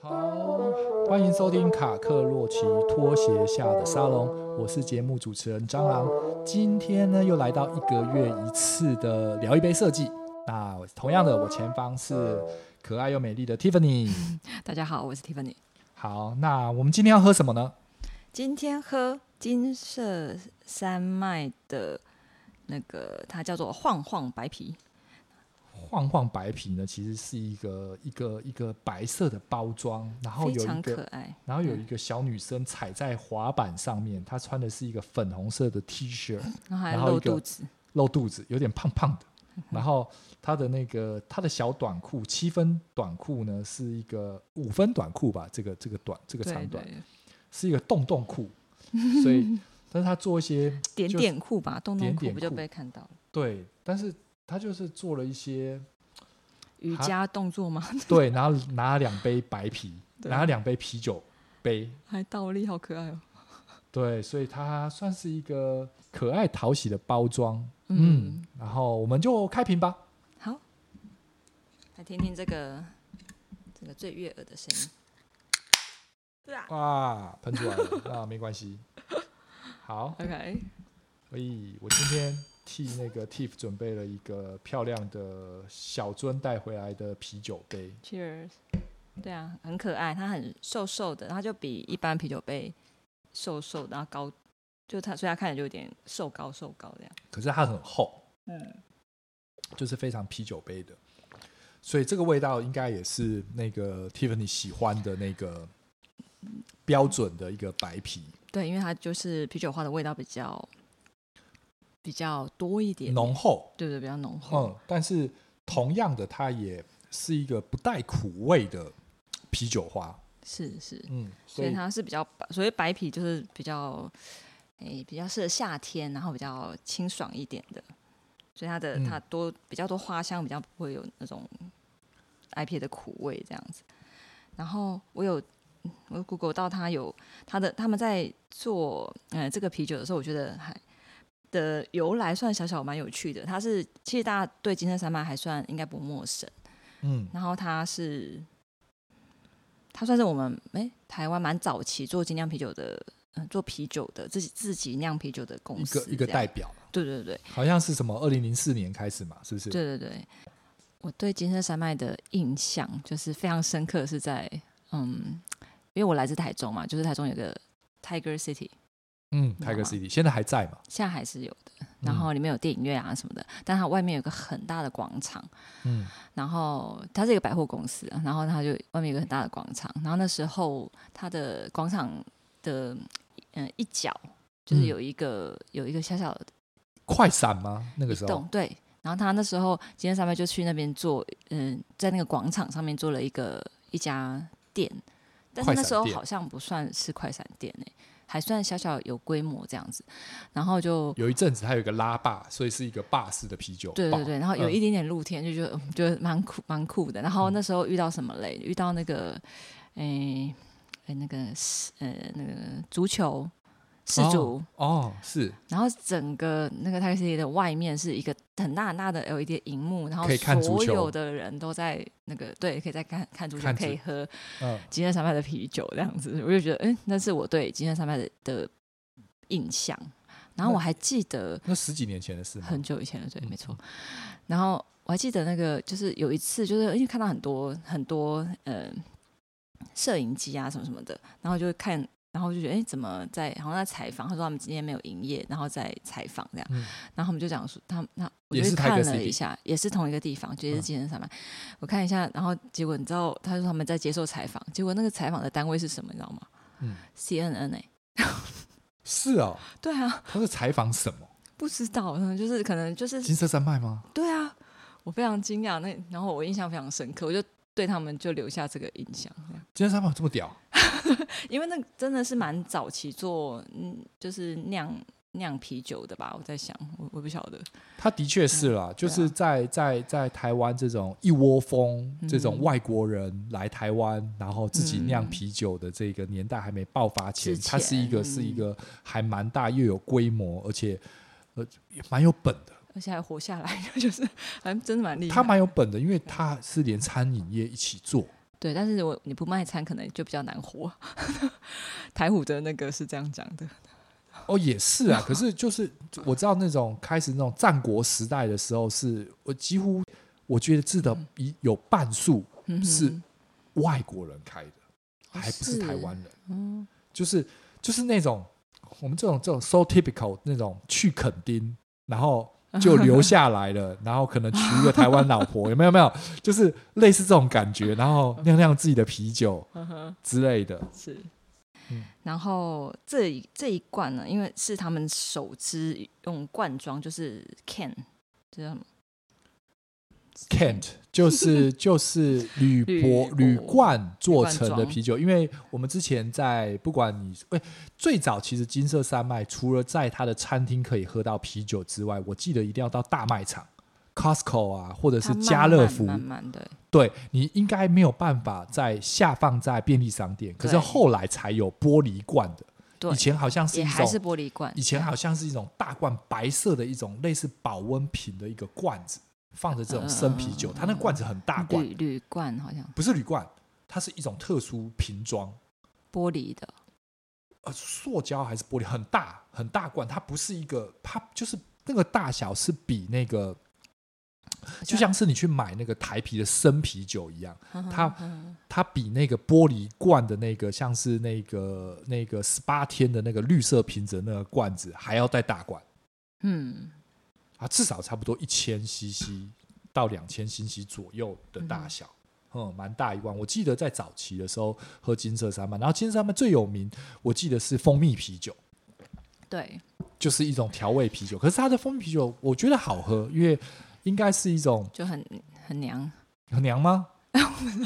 好，欢迎收听卡克洛奇拖鞋下的沙龙，我是节目主持人蟑螂。今天呢，又来到一个月一次的聊一杯设计。那同样的，我前方是可爱又美丽的 Tiffany。大家好，我是 Tiffany。好，那我们今天要喝什么呢？今天喝金色山脉的那个，它叫做晃晃白啤。晃晃白啤呢，其实是一个一个一个白色的包装，然后非有常一可个爱。然后有一个小女生踩在滑板上面，她穿的是一个粉红色的 T 恤，然后还然后一露个肚子，露肚子，有点胖胖的。然后她的那个她的小短裤，七分短裤呢是一个五分短裤吧，这个这个短这个长对短对，是一个洞洞裤，所以但是她做一些点就是点裤吧，洞洞点裤点不就裤被看到了？对，但是她就是做了一些瑜还伽动作吗？对，然后拿了两杯白啤， 对拿了两杯啤酒杯，还倒立，好可爱哦。对，所以它算是一个可爱讨喜的包装。嗯，嗯然后我们就开瓶吧。好，来听听这个这个最悦耳的声音。哦对啊哇，喷出来了，那没关系。好， ，OK，所以我今天替那个 Tiff 准备了一个漂亮的小樽带回来的啤酒杯。 Cheers！对啊，很可爱，它很瘦瘦的，它就比一般啤酒杯瘦瘦的，然后高，就它，所以它看起来就有点瘦高瘦高这样。可是它很厚，嗯，就是非常啤酒杯的，所以这个味道应该也是那个 Tiffany 喜欢的那个标准的一个白啤，对，因为它就是啤酒花的味道比较比较多一点，浓，厚，对对，比较浓厚。嗯，但是同样的，它也是一个不带苦味的啤酒花，是是，嗯，所所以以它是比较白，所谓白啤就是比较，诶、比较适合夏天，然后比较清爽一点的，所以它的、嗯它多比较多花香，比较不会有那种 IPA 的苦味这样子。然后我有我有 Google 到它有它的他们在做呃这个啤酒的时候，我觉得还。的由来算小小蛮有趣的，它是其实大家对金色山脉还算应该不陌生，嗯然后它是，它算是我们诶台湾蛮早期做精酿啤酒的，嗯、做啤酒的自己自己酿啤酒的一公司个一个这样代表，对对对好像是什么二零零四年开始嘛，是不是？对对对。我对金色山脉的印象就是非常深刻，是在嗯，因为我来自台中嘛，就是台中有个 Tiger City，嗯你知道，Tiger 吗 City 现在还在嘛？嗯现在还是有的，然后里面有电影院啊什么的，但它外面有个很大的广场，嗯然后它是一个百货公司啊，然后它就外面有一个很大的广场，然后那时候它的广场的嗯、呃一角就嗯是有一个、有一个小小的快闪吗？那个时候洞，对。然后他那时候今天上面就去那边做，嗯、在那个广场上面做了一个一家店，但是快那闪时候店好像不算是快闪店诶、还算小小有规模这样子。然后就有一阵子它有一个拉霸，所以是一个霸式的啤酒吧，对对对，然后有嗯一点点露天，就觉得嗯觉得蛮酷蛮酷的。然后那时候遇到什么嘞？遇到那个，诶、诶、那个是呃那个足球世足，哦，是然后整个那个 Taxi City 的外面是一个很大很大的 LED 荧幕，然后可以看足所球有的人都在那个对，可以在看看足球看，可以足喝嗯金山山脉的啤酒这样子，我就觉得，嗯，那是我对金山山脉的的印象。然后那我还记得，那十几年前的事吗？很久以前了，对，嗯没错。然后我还记得那个，就是有一次，就是因为看到很多很多呃摄影机啊什么什么的，然后就会看，然后就觉得哎、诶怎么在好像在采访？他说他们今天没有营业，然后在采访这样。嗯然后他们就讲说，他们那我也就是看 Tiger 了 City 一下，也是同一个地方，就也嗯是金人山脉。我看一下，然后结果你知道，他说他们在接受采访，结果那个采访的单位是什么，你知道吗？嗯 CNN 哎、是哦，对啊，他是采访什么？不知道，嗯就是可能就是金色山脉吗？对啊，我非常惊讶，那然后我印象非常深刻，我就对他们就留下这个印象，这样金色山脉有这么屌？因为那个真的是蛮早期做，嗯，就是酿酿啤酒的吧？我在想，我我不晓得。它的确是嗯啦，就是啊在在在台湾这种一窝蜂这种外国人来台湾，然后自己酿啤酒的这个年代还没爆发前，嗯之前它是一个嗯是一个还蛮大又有规模，而且呃也蛮有本的。而且还活下来， 就是还真的蛮厉害。它蛮有本的，因为它是连餐饮业一起做。对，但是我你不卖餐，可能就比较难活。 台虎的那个是这样讲的，哦，也是 啊，可是就是我知道那种开始那种战国时代的时候是，我几乎我觉得至少一有半数嗯是外国人开的，哦还不是是台湾人，嗯，就是就是那种我们这种这种 so typical 那种去垦丁，然后就留下来了，然后可能娶一个台湾老婆，有没有有没有？就是类似这种感觉，然后酿酿自己的啤酒呵呵之类的，是嗯。然后这一这一罐呢，因为是他们首支用罐装，就是 can，这叫什么 Kent 就是就是铝箔铝箔铝罐做成铝罐的装啤酒，因为我们之前在不管你哎、最早其实金色山脉除了在它的餐厅可以喝到啤酒之外，我记得一定要到大卖场 Costco 啊，或者是它慢家乐福，慢慢慢的，对你应该没有办法在下放在便利商店，可是对后来才有玻璃罐的，对以，前好像是也一还种是玻璃罐。以前好像是一种大罐白色的一种类似保温瓶的一个罐子，放着这种生啤酒，嗯它那罐子很大罐，铝铝罐好像不是铝罐，它是一种特殊瓶装，玻璃的，呃，塑胶还是玻璃，很大很大罐，它不是一个，它就是那个大小是比那个，就像是你去买那个台啤的生啤酒一样，它嗯它比那个玻璃罐的那个，像是那个那个十八天的那个绿色瓶子的那个罐子还要再大罐。嗯啊，至少差不多一千 CC 到两千 CC 左右的大小，嗯，蛮、大一罐。我记得在早期的时候喝金色山脉，然后金色山脉最有名，我记得是蜂蜜啤酒，对，就是一种调味啤酒。可是它的蜂蜜啤酒我觉得好喝，因为应该是一种就很很娘。很娘 吗？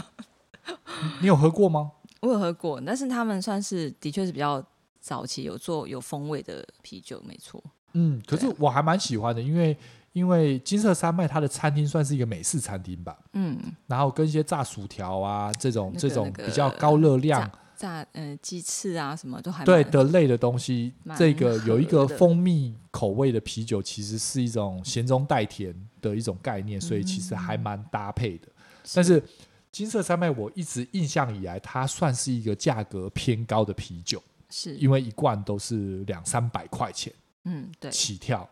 你你有喝过吗？我有喝过，但是他们算是的确是比较早期有做有风味的啤酒，没错。嗯，可是对啊我还蛮喜欢的，因为因为金色山脉它的餐厅算是一个美式餐厅吧，嗯，然后跟一些炸薯条啊这种、那个这种那个比较高热量炸炸呃鸡翅啊什么都还对蛮的类的东西，蛮这个有一合个的蜂蜜口味的啤酒，其实是一种咸中带甜的一种概念，所以其实嗯还蛮搭配的。但是金色山脉，我一直印象以来，它算是一个价格偏高的啤酒，是因为一罐都是两三百块钱嗯对起跳。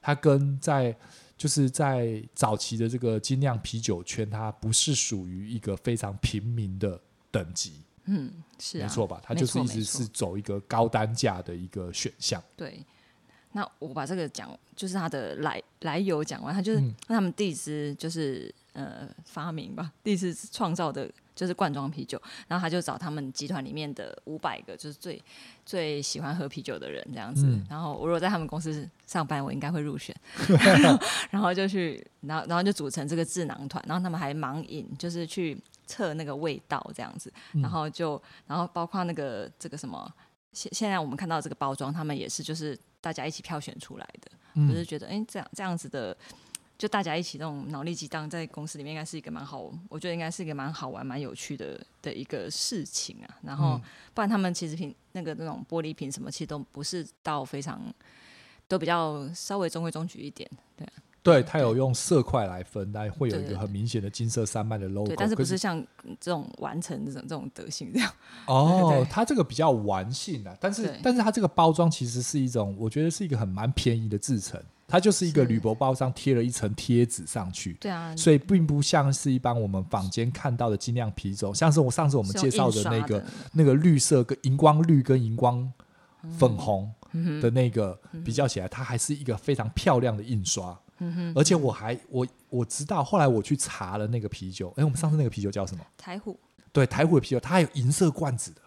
它跟在就是在早期的这个精酿啤酒圈，它不是属于一个非常平民的等级。嗯是啊没错吧？它没就是错一没直错是走一个高单价的一个选项。对。那我把这个讲，就是它的来来由讲完，它就是、嗯那他们第一支就是呃发明吧，第一次创造的就是罐装啤酒，然后他就找他们集团里面的五百个就是最最喜欢喝啤酒的人这样子。嗯然后我如果在他们公司上班，我应该会入选。 然后就去，然后然后就组成这个智囊团，然后他们还盲饮，就是去测那个味道这样子，嗯然后就然后包括那个这个什么，现现在我们看到这个包装，他们也是就是大家一起票选出来的，我就是嗯，觉得哎、诶这样这样子的。就大家一起那种脑力激荡，在公司里面应该是一个蛮好，我觉得应该是一个蛮好玩、蛮有趣的的一个事情啊。然后嗯，不然他们其实瓶那个那种玻璃瓶什么，其实都不是到非常，都比较稍微中规中矩一点。对，它有用色块来分，但会有对一个对很明显的金色山脉的 logo。对，但是哦不可是像这种完成这种这种德性这样？对对哦对，它这个比较玩性啊，但是对但是它这个包装其实是一种，我觉得是一个很蛮便宜的制成，它就是一个是铝箔包上贴了一层贴纸上去。对啊，所以并不像是一般我们坊间看到的精酿啤酒，像是我上次我们是介绍用的印刷那个的那个绿色跟荧光绿跟荧光粉红嗯的那个比较起来，它还是一个非常漂亮的印刷。嗯而且我还我我知道，后来我去查了那个啤酒，哎，我们上次那个啤酒叫什么？台虎对，台虎的啤酒，它还有银色罐子的，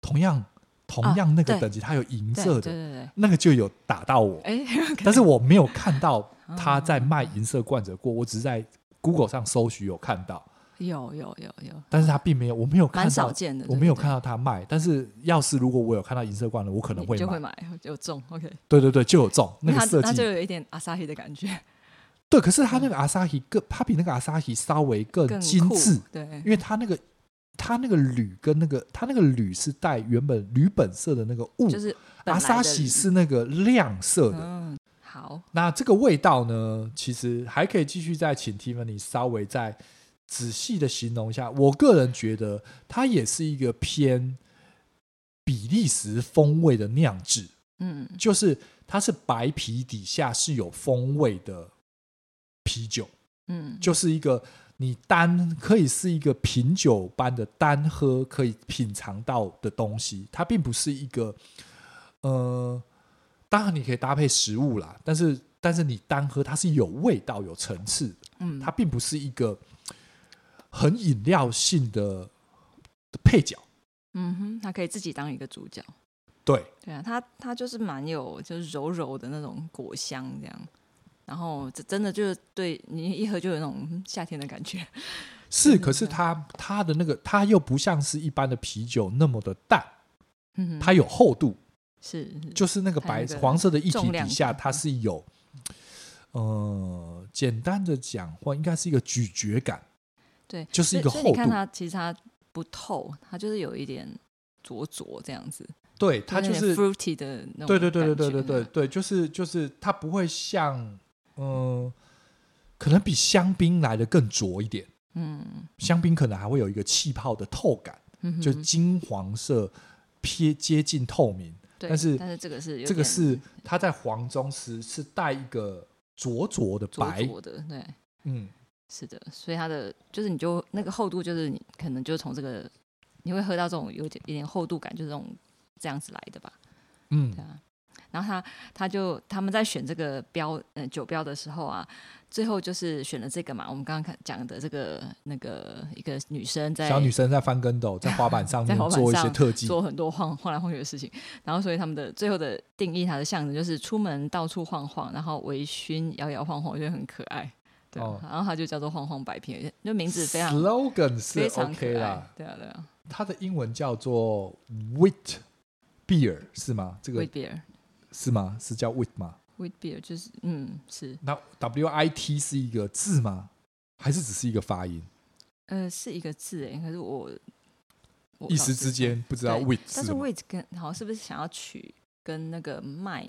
同样同啊样那个对等级，它有银对色哦对的，对那个就有打到我，对，哎，但是我没 有看到他在卖银色罐子过，我只是在 Google 上搜寻有看到。 有有有有，但是它并没有，我没有看蛮到少，见的。我对没有对看到它卖。但是要是如果我有看到银色罐的，我可能你会就会买。买，有中 OK。对对对，就有中那它个设它计。就有一点阿萨黑的感觉，对，可是它那个阿萨希更，它比那个阿萨希稍微更更精酷致，。对，因为它那个它那个铝跟那个它那个铝是带原本铝本色的那个雾，就是本阿来萨的喜是那个亮色的。嗯好，那这个味道呢，其实还可以继续再请 Tiffany 稍微再仔细的形容一下。我个人觉得它也是一个偏比利时风味的酿制，嗯就是它是白啤底下是有风味的啤酒，嗯，就是一个你单可以是一个品酒般的单喝可以品尝到的东西，它并不是一个呃，当然你可以搭配食物啦，但是但是你单喝它是有味道、有层次的，嗯它并不是一个很饮料性的的配角。嗯哼，它可以自己当一个主角。对，对啊，它它就是蛮有就是柔柔的那种果香这样，然后这真的就是对你一喝就有那种嗯夏天的感觉。是，对可是对它它的那个它又不像是一般的啤酒那么的淡，嗯哼，它有厚度，是是就是那个它白那个黄色的液体重底量下，感嗯它是有，呃，简单的讲话，应该是一个咀嚼感，对，就是一所以个所以厚你看度它其实它不透，它就是有一点灼灼这样子，对，它就有是，点 fruity 的那种。嗯对对对对对对对，对，就是就是它不会像，嗯、可能比香槟来的更浊一点，嗯香槟可能还会有一个气泡的透感，嗯哼，就金黄色，偏接近透明，对但是但是这个是有这个点嗯是它在黄中时是带一个灼灼的灼白，灼的，对，嗯。是的，所以它的就是你就那个厚度，就是你可能就从这个你会喝到这种有点有点厚度感，就是这种这样子来的吧，嗯对，啊。然后他他就他们在选这个标呃酒标的时候啊，最后就是选了这个嘛，我们刚刚看讲的这个那个一个女生在小女生在翻跟 斗，在滑板上在面滑板做一些上特技，做很多晃晃来晃去的事情，然后所以他们的最后的定义，它的象征就是出门到处晃晃，然后微醺摇摇晃晃，我觉得很可爱。对啊、哦然后它就叫做晃晃白瓶，就名字非常 slogan 是非常可 OK 爱。啦。对啊对啊它的英文叫做 wit beer 是吗？这个，with beer 是吗？是叫 wit 吗？ with beer 就是嗯是那 W I T 是一个字吗？还是只是一个发音？呃是一个字哎，可是我我一老时是之，间不知道对 wit 但是是什么 with 跟好像是不是想要取跟那个麦，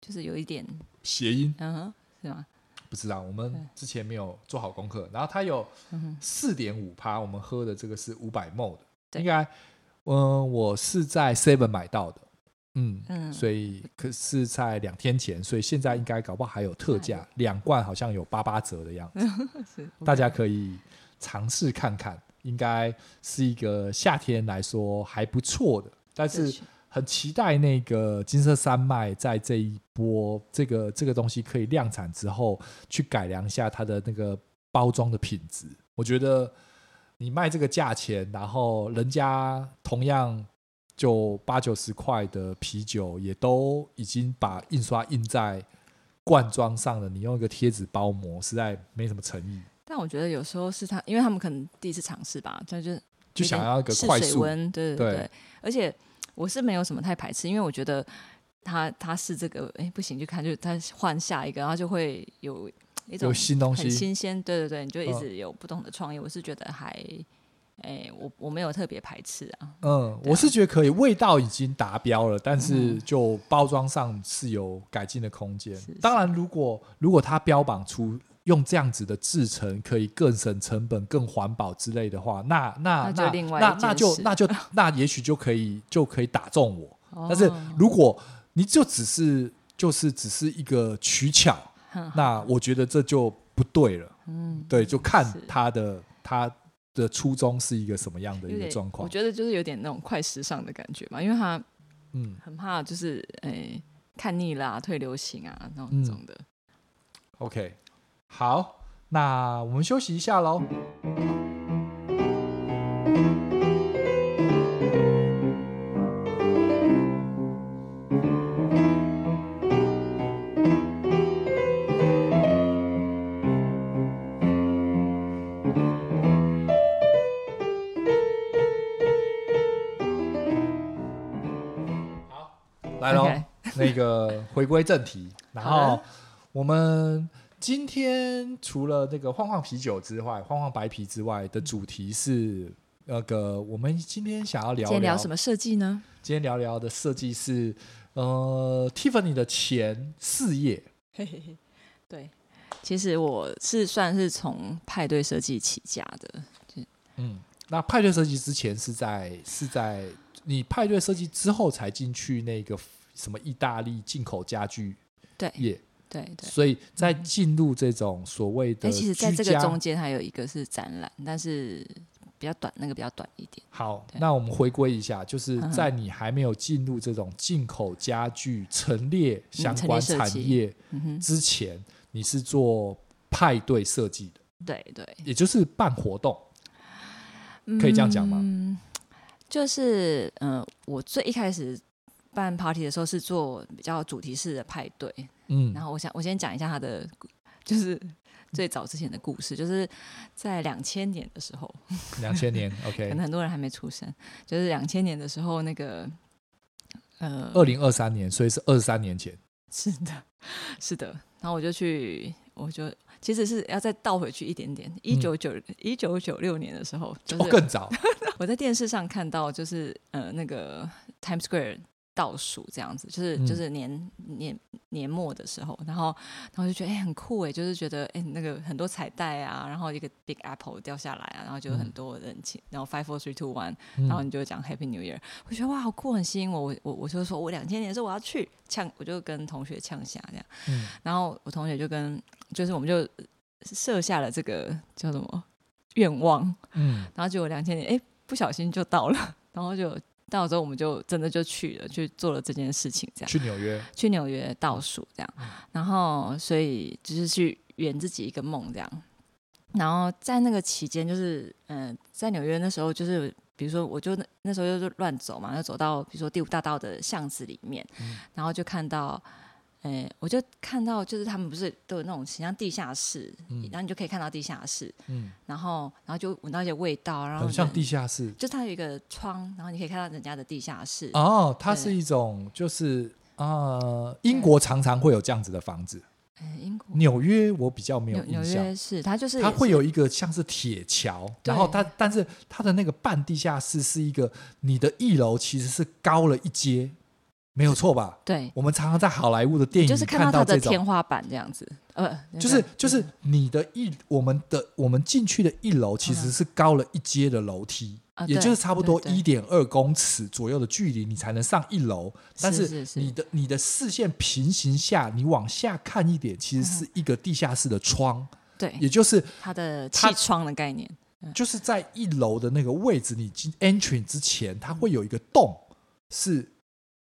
就是有一点谐音，嗯哼是吗？不知道。我对们之前没有做好功课，然后它有嗯哼四点五趴，我们喝的这个是五百 ml 的，对应该，嗯，我是在 Seven 买到的，嗯，嗯所以可是在两天前，所以现在应该搞不好还有特还价，两罐好像有八八折的样子，是大家可以尝试看看，应该是一个夏天来说还不错的，但这是是很期待那个金色山脉在这一波这个这个东西可以量产之后，去改良一下它的那个包装的品质。我觉得你卖这个价钱，然后人家同样就八九十块的啤酒，也都已经把印刷印在罐装上了，你用一个贴纸包膜，实在没什么诚意，但我觉得有时候是他，因为他们可能第一次尝试吧，他就就想要一个试快水速。温，对对对对。而且我是没有什么太排斥，因为我觉得他他是这个，哎，不行就看，就他换下一个，然后就会有一种有新东西，很新鲜，对对对，你就一嗯直有不同的创意，我是觉得还，哎，我我没有特别排斥啊，嗯，对啊我是觉得可以，味道已经达标了，但是嗯就包装上是有改进的空间是。当然，如果如果它标榜出用这样子的制成可以更省成本、更环保之类的话，那那那就那另外一那件那就事那就那也许就可以就可以打中我。哦、但是如果你就只是就是只是一个取巧，哼那我觉得这就不对了。嗯，对，就看是它的它的初衷是一个什么样的有一个点状况我。觉得就是有点那种快时尚的感觉吧，因为他嗯。很怕就是哎、看腻啦、退流行啊那嗯种种的。 OK，好，那我们休息一下喽。个回归正题，然后我们今天除了那个晃晃啤酒之外，晃晃白啤之外的主题是那个我们今天想要聊今天聊什么设计呢？今天聊聊的设计是呃，Tiffany 的前事业，嘿嘿嘿，对，其实我是算是从派对设计起家的，嗯，那派对设计之前是在是在你派对设计之后才进去那个什么意大利进口家具对业，对对。所以在进入这种所谓的哎，居其家，实在这个中间还有一个是展览，但是比较短，那个比较短一点。好，对那我们回归一下，就是嗯在你还没有进入这种进口家具陈列相陈关列设产计业嗯哼，之前，你是做派对设计的，对对。也就是办活动，可以这样讲吗嗯，就是嗯、呃我最一开始办 party 的时候是做比较主题式的派对，嗯然后我想我先讲一下他的故，就是最早之前的故事，就是在两千年的时候，两千 年可，OK，能很多人还没出生，就是两千年的时候那个。呃，二零二三年，所以是二十三年前，是的，是的。然后我就去，我就其实是要再倒回去一点点，嗯一九九一九九六年的时候，就哦，是更早，我在电视上看到，就是呃那个 Times Square 倒数这样子，就是、嗯就是年年年末的时候，然后然后就觉得哎、很酷哎，就是觉得哎、那个很多彩带啊，然后一个 Big Apple 掉下来啊，然后就有很嗯多人请，然后 Five Four Three Two One，嗯然后你就讲 Happy New Year，我觉得哇好酷，很吸引我，我我我就说我两千年是我要去呛，我就跟同学呛下这样，嗯然后我同学就跟就是我们就设下了这个叫什么愿望，嗯然后结果两千年，哎，不小心就到了， 然后就到了之后，我们就真的就去了，去做了这件事情，这样去纽约，去纽约倒数这样嗯，然后所以就是去圆自己一个梦这样，然后在那个期间，就是嗯、呃在纽约那时候就是。比如说，我就那那时候就是乱走嘛，就走到比如说第五大道的巷子里面，嗯然后就看到，诶、我就看到就是他们不是都有那种很像地下室，嗯然后你就可以看到地下室，嗯，然后然后就闻到一些味道，然后很像人地下室就它有一个窗，然后你可以看到人家的地下室。哦，它对是一种就是呃，英国常常会有这样子的房子，哎英国纽约我比较没有纽纽印象。约市，它就是它也会是有一个像是铁桥，对然后它，但是它的那个半地下室是一个，你的一楼其实是高了一阶，没有错吧？对，我们常常在好莱坞的电你影就是里看到它到的这天种，花板这样子，呃，不就是就是你的一我们的我们进去的一楼其实是高了一阶的楼梯，嗯啊也对就是差不多对对一点二公尺左右的距离，你才能上一楼。但是是是是你的你的视线平行下，你往下看一点，嗯其实是一个地下室的窗，也对就是它的它气窗的概念，就是在一楼的那个位置，你进 entry 之前，它会有一个洞，是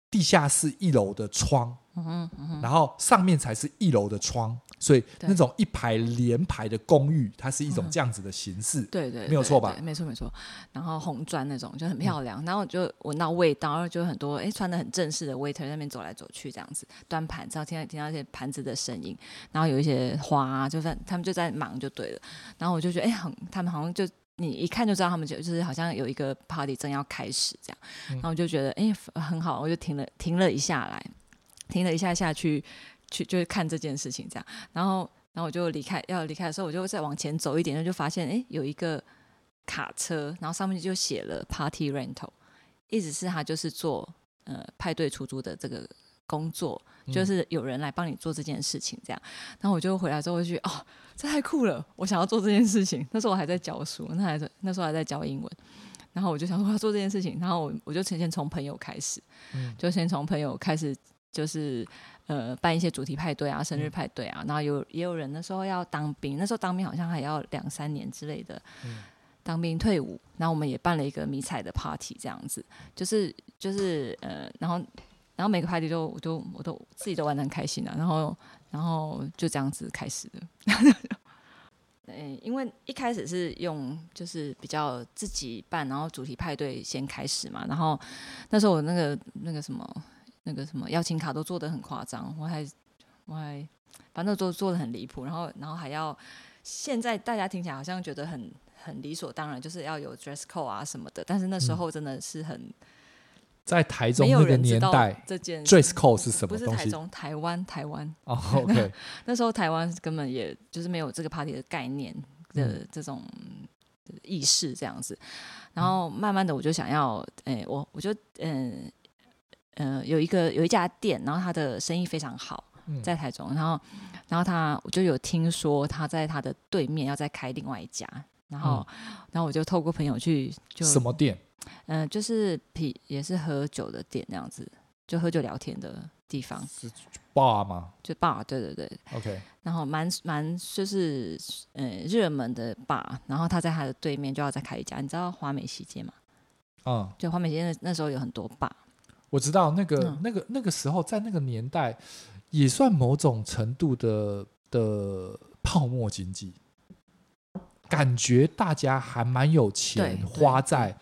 地下室一楼的窗，嗯哼嗯哼，然后上面才是一楼的窗，所以对那种一排连排的公寓，它是一种嗯这样子的形式。对对，没有对错吧嗯对没错没错。然后红砖那种就很漂亮，然后我就闻到味道，然后就很多哎穿的很正式的 waiter 在那边走来走去这样子，端盘子，然后听到听到一些盘子的声音，然后有一些花、啊，就是他们就在忙就对了。然后我就觉得哎，很他们好像就。你一看就知道他们就就是好像有一个 party 正要开始这样，然后我就觉得哎、很好，我就停了停了一下来，停了一下下去去就是看这件事情这样，然后然后我就离开要离开的时候，我就再往前走一点，就发现哎有一个卡车，然后上面就写了 party rental，意思是他就是做呃派对出租的这个工作，就是有人来帮你做这件事情这样。然后我就回来之后我就觉得哦，这太酷了，我想要做这件事情。那时候我还在教书，那还在那时候还在教英文。然后我就想说我要做这件事情，然后我我就先先从朋友开始，嗯就先从朋友开始，就是呃办一些主题派对啊、生日派对啊，然后有也有人那时候要当兵，那时候当兵好像还要两三年之类的，嗯当兵退伍，然后我们也办了一个迷彩的 party，这样子，就是就是呃，然后然后每个 party 都我都我都自己都玩的很开心啊，然后然后就这样子开始的。 嗯，因为一开始是用就是比较自己办，然后主题派对先开始嘛，然后那时候我那个那个什么那个什么邀请卡都做的很夸张，我还我还反正都做的很离谱，然后然后还要现在大家听起来好像觉得很很理所当然，就是要有 dress code 啊什么的，但是那时候真的是很、在台中没有嗯那个人知年道代这件事 dress code 是什不么是东台西？中，台湾，台湾哦，OK，那时候台湾根本也就是没有这个 party 的概念嗯的这种意识这样子，然后慢慢的我就想要，哎、我我就嗯呃有一个有一家店，然后他的生意非常好，嗯 在台中，然后然后他我就有听说他在他的对面要再开另外一家，然后、然后我就透过朋友去就嗯什么店？嗯、呃就是啤也是喝酒的店那样子，就喝酒聊天的地方，是 bar 吗就 bar 对对对， ？OK，然后蛮蛮就是呃热门的吧，然后他在他的对面就要再开一家，你知道华美西街吗？嗯，就华美西街那那时候有很多吧，我知道那个、嗯那个那个时候在那个年代也算某种程度的的泡沫经济，感觉大家还蛮有钱对对花在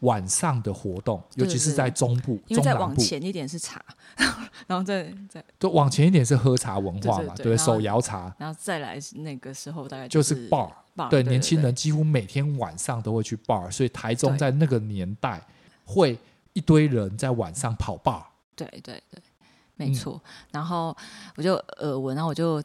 晚上的活动，尤对其是对在中部、因为中再南往部，前一点是茶， 然后再再对，往前一点是喝茶文化对对嘛，对对，然后手摇茶然后再来是那个时候大概就是是 bar， bar，对，年轻人几乎每天晚上都会去 bar，所以台中对在那个年代会一堆人在晚上跑 bar，对对对，没嗯错。然后我就耳闻，然后我就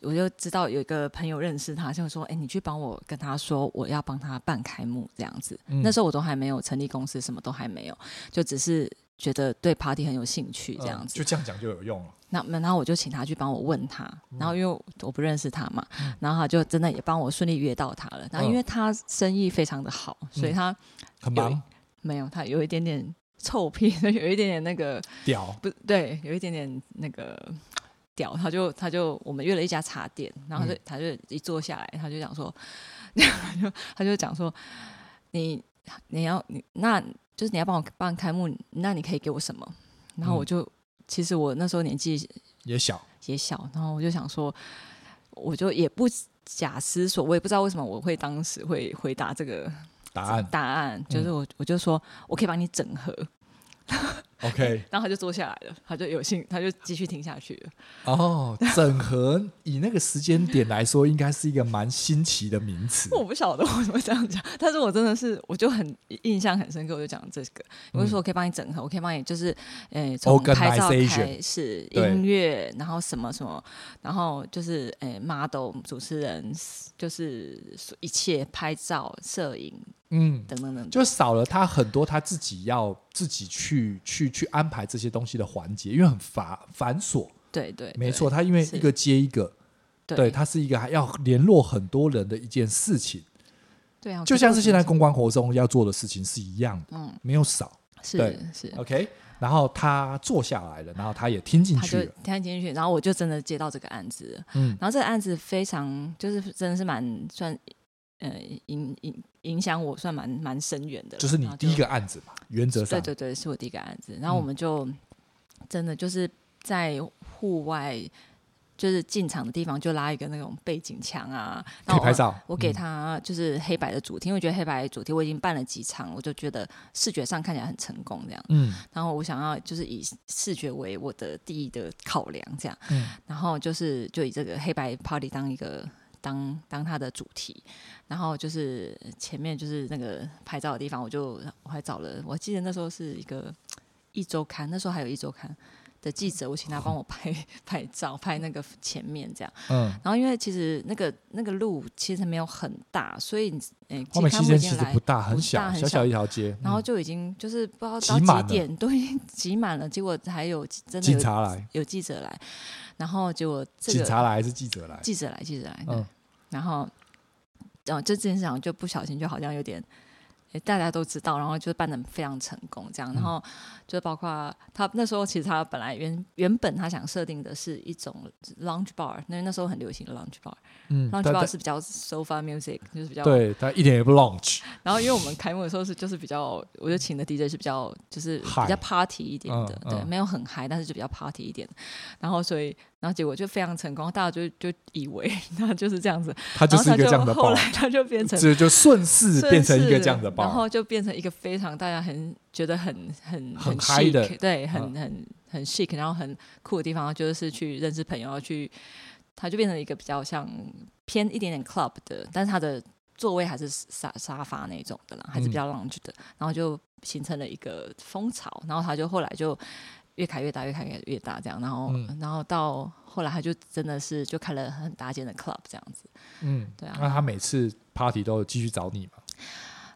我就知道有一个朋友认识他，就说：“哎、你去帮我跟他说，我要帮他办开幕这样子。嗯那时候我都还没有成立公司，什么都还没有，就只是觉得对 party 很有兴趣这样嗯子。就这样讲就有用了。那那然后我就请他去帮我问他，嗯然后因为我不认识他嘛，然后他就真的也帮我顺利约到他了。然后因为他生意非常的好，所以嗯他很有忙没有他有一点点臭屁， 有一点点那个屌，不对，有一点点那个屌，他就他就我们约了一家茶店，然后他就、他就一坐下来，他就讲说，他就他就讲说，你你要你那就是你要帮我帮开幕，那你可以给我什么？然后我嗯就、其实我那时候年纪也小，也小，然后我就想说，我就也不假思索，我也不知道为什么我会当时会回答这个答案答案，就是我、我就说我可以帮你整合， OK 然后他就坐下来了，他就有幸他就继续听下去了。哦，整合以那个时间点来说，应该是一个蛮新奇的名词。我不晓得我怎么这样讲，但是我真的是，我就很印象很深刻，我就讲这个，我就嗯说我可以帮你整合，我可以帮你就是，呃，从拍照 Organization 开始，对音乐，然后什么什么，然后就是，呃，model 主持人，就是一切拍照、摄影嗯，等等等等，就少了他很多他自己要自己去去去安排这些东西的环节，因为很繁繁琐。对对，对没错，，他因为是一个接一个，对，对它是一个还要联络很多人的一件事情，对啊，就像是现在公公关活动要做的事情是一样的，嗯，没有少。对是是。 OK，然后他坐下来了，然后他也听进他去就了，听进去，然后我就真的接到这个案子了，嗯然后这个案子非常就是真的是蛮算呃影影影响我算蛮蛮深远的啦，就是你然后第一个案子嘛，原则对上，对对，是我第一个案子，然后我嗯们就真的就是在户外。就是进场的地方就拉一个那种背景墙啊，可以然后拍照我。我嗯给他就是黑白的主题，因为我觉得黑白的主题我已经办了几场，我就觉得视觉上看起来很成功这样。嗯然后我想要就是以视觉为我的第一的考量，这样，嗯然后就是就以这个黑白 party 当一个当当它的主题，然后就是前面就是那个拍照的地方，我就我还找了，我记得那时候是一个一周刊，那时候还有一周刊的记者，我请他帮我拍拍照，拍那个前面这样，嗯，然后因为其实那个那个路其实没有很大，所以诶，花美季西街刊我已其经实来不大，很不小，大很小小一条街。然后嗯就已经就是不知道挤满到了几点 都已经挤满了，结果还有真的警有察来，有记者来，然后结果这警个察来还是记者来？记者来记者来，嗯然后然后这件事情就不小心就好像有点。诶大家都知道，然后就办的非常成功，这嗯样，然后就包括他那时候，其实他本来原原本他想设定的是一种 lounge bar，因为那时候很流行 lounge bar，lounge 嗯，但 bar 但是比较 sofa music，就是比较对，但一点也不 launch。然后因为我们开幕的时候是就是比较，我就请的 DJ 是比较就是嗨比较 party 一点的，嗯对，嗯没有很嗨，但是就比较 party 一点。然后所以，然后结果就非常成功，大家就就以为 他就是这样子，它就然后是一他个这样的后报，来他就变成这就顺势变成一个这样的顺势然报。后就变成一个非常大家很觉得很很很嗨 chic，的嗯对，很、很很 chic，然后很酷的地方，就是去认识朋友，去，它就变成一个比较像偏一点点 club 的，但是它的座位还是沙沙发那种的啦，还是嗯比较 lounge 的，然后就形成了一个风潮，然后他就后来就越开越大，越开越越大这样，然后、嗯然后到后来他就真的是就开了很大间的 club 这样子，嗯，对啊那他每次 party 都有继续找你嘛？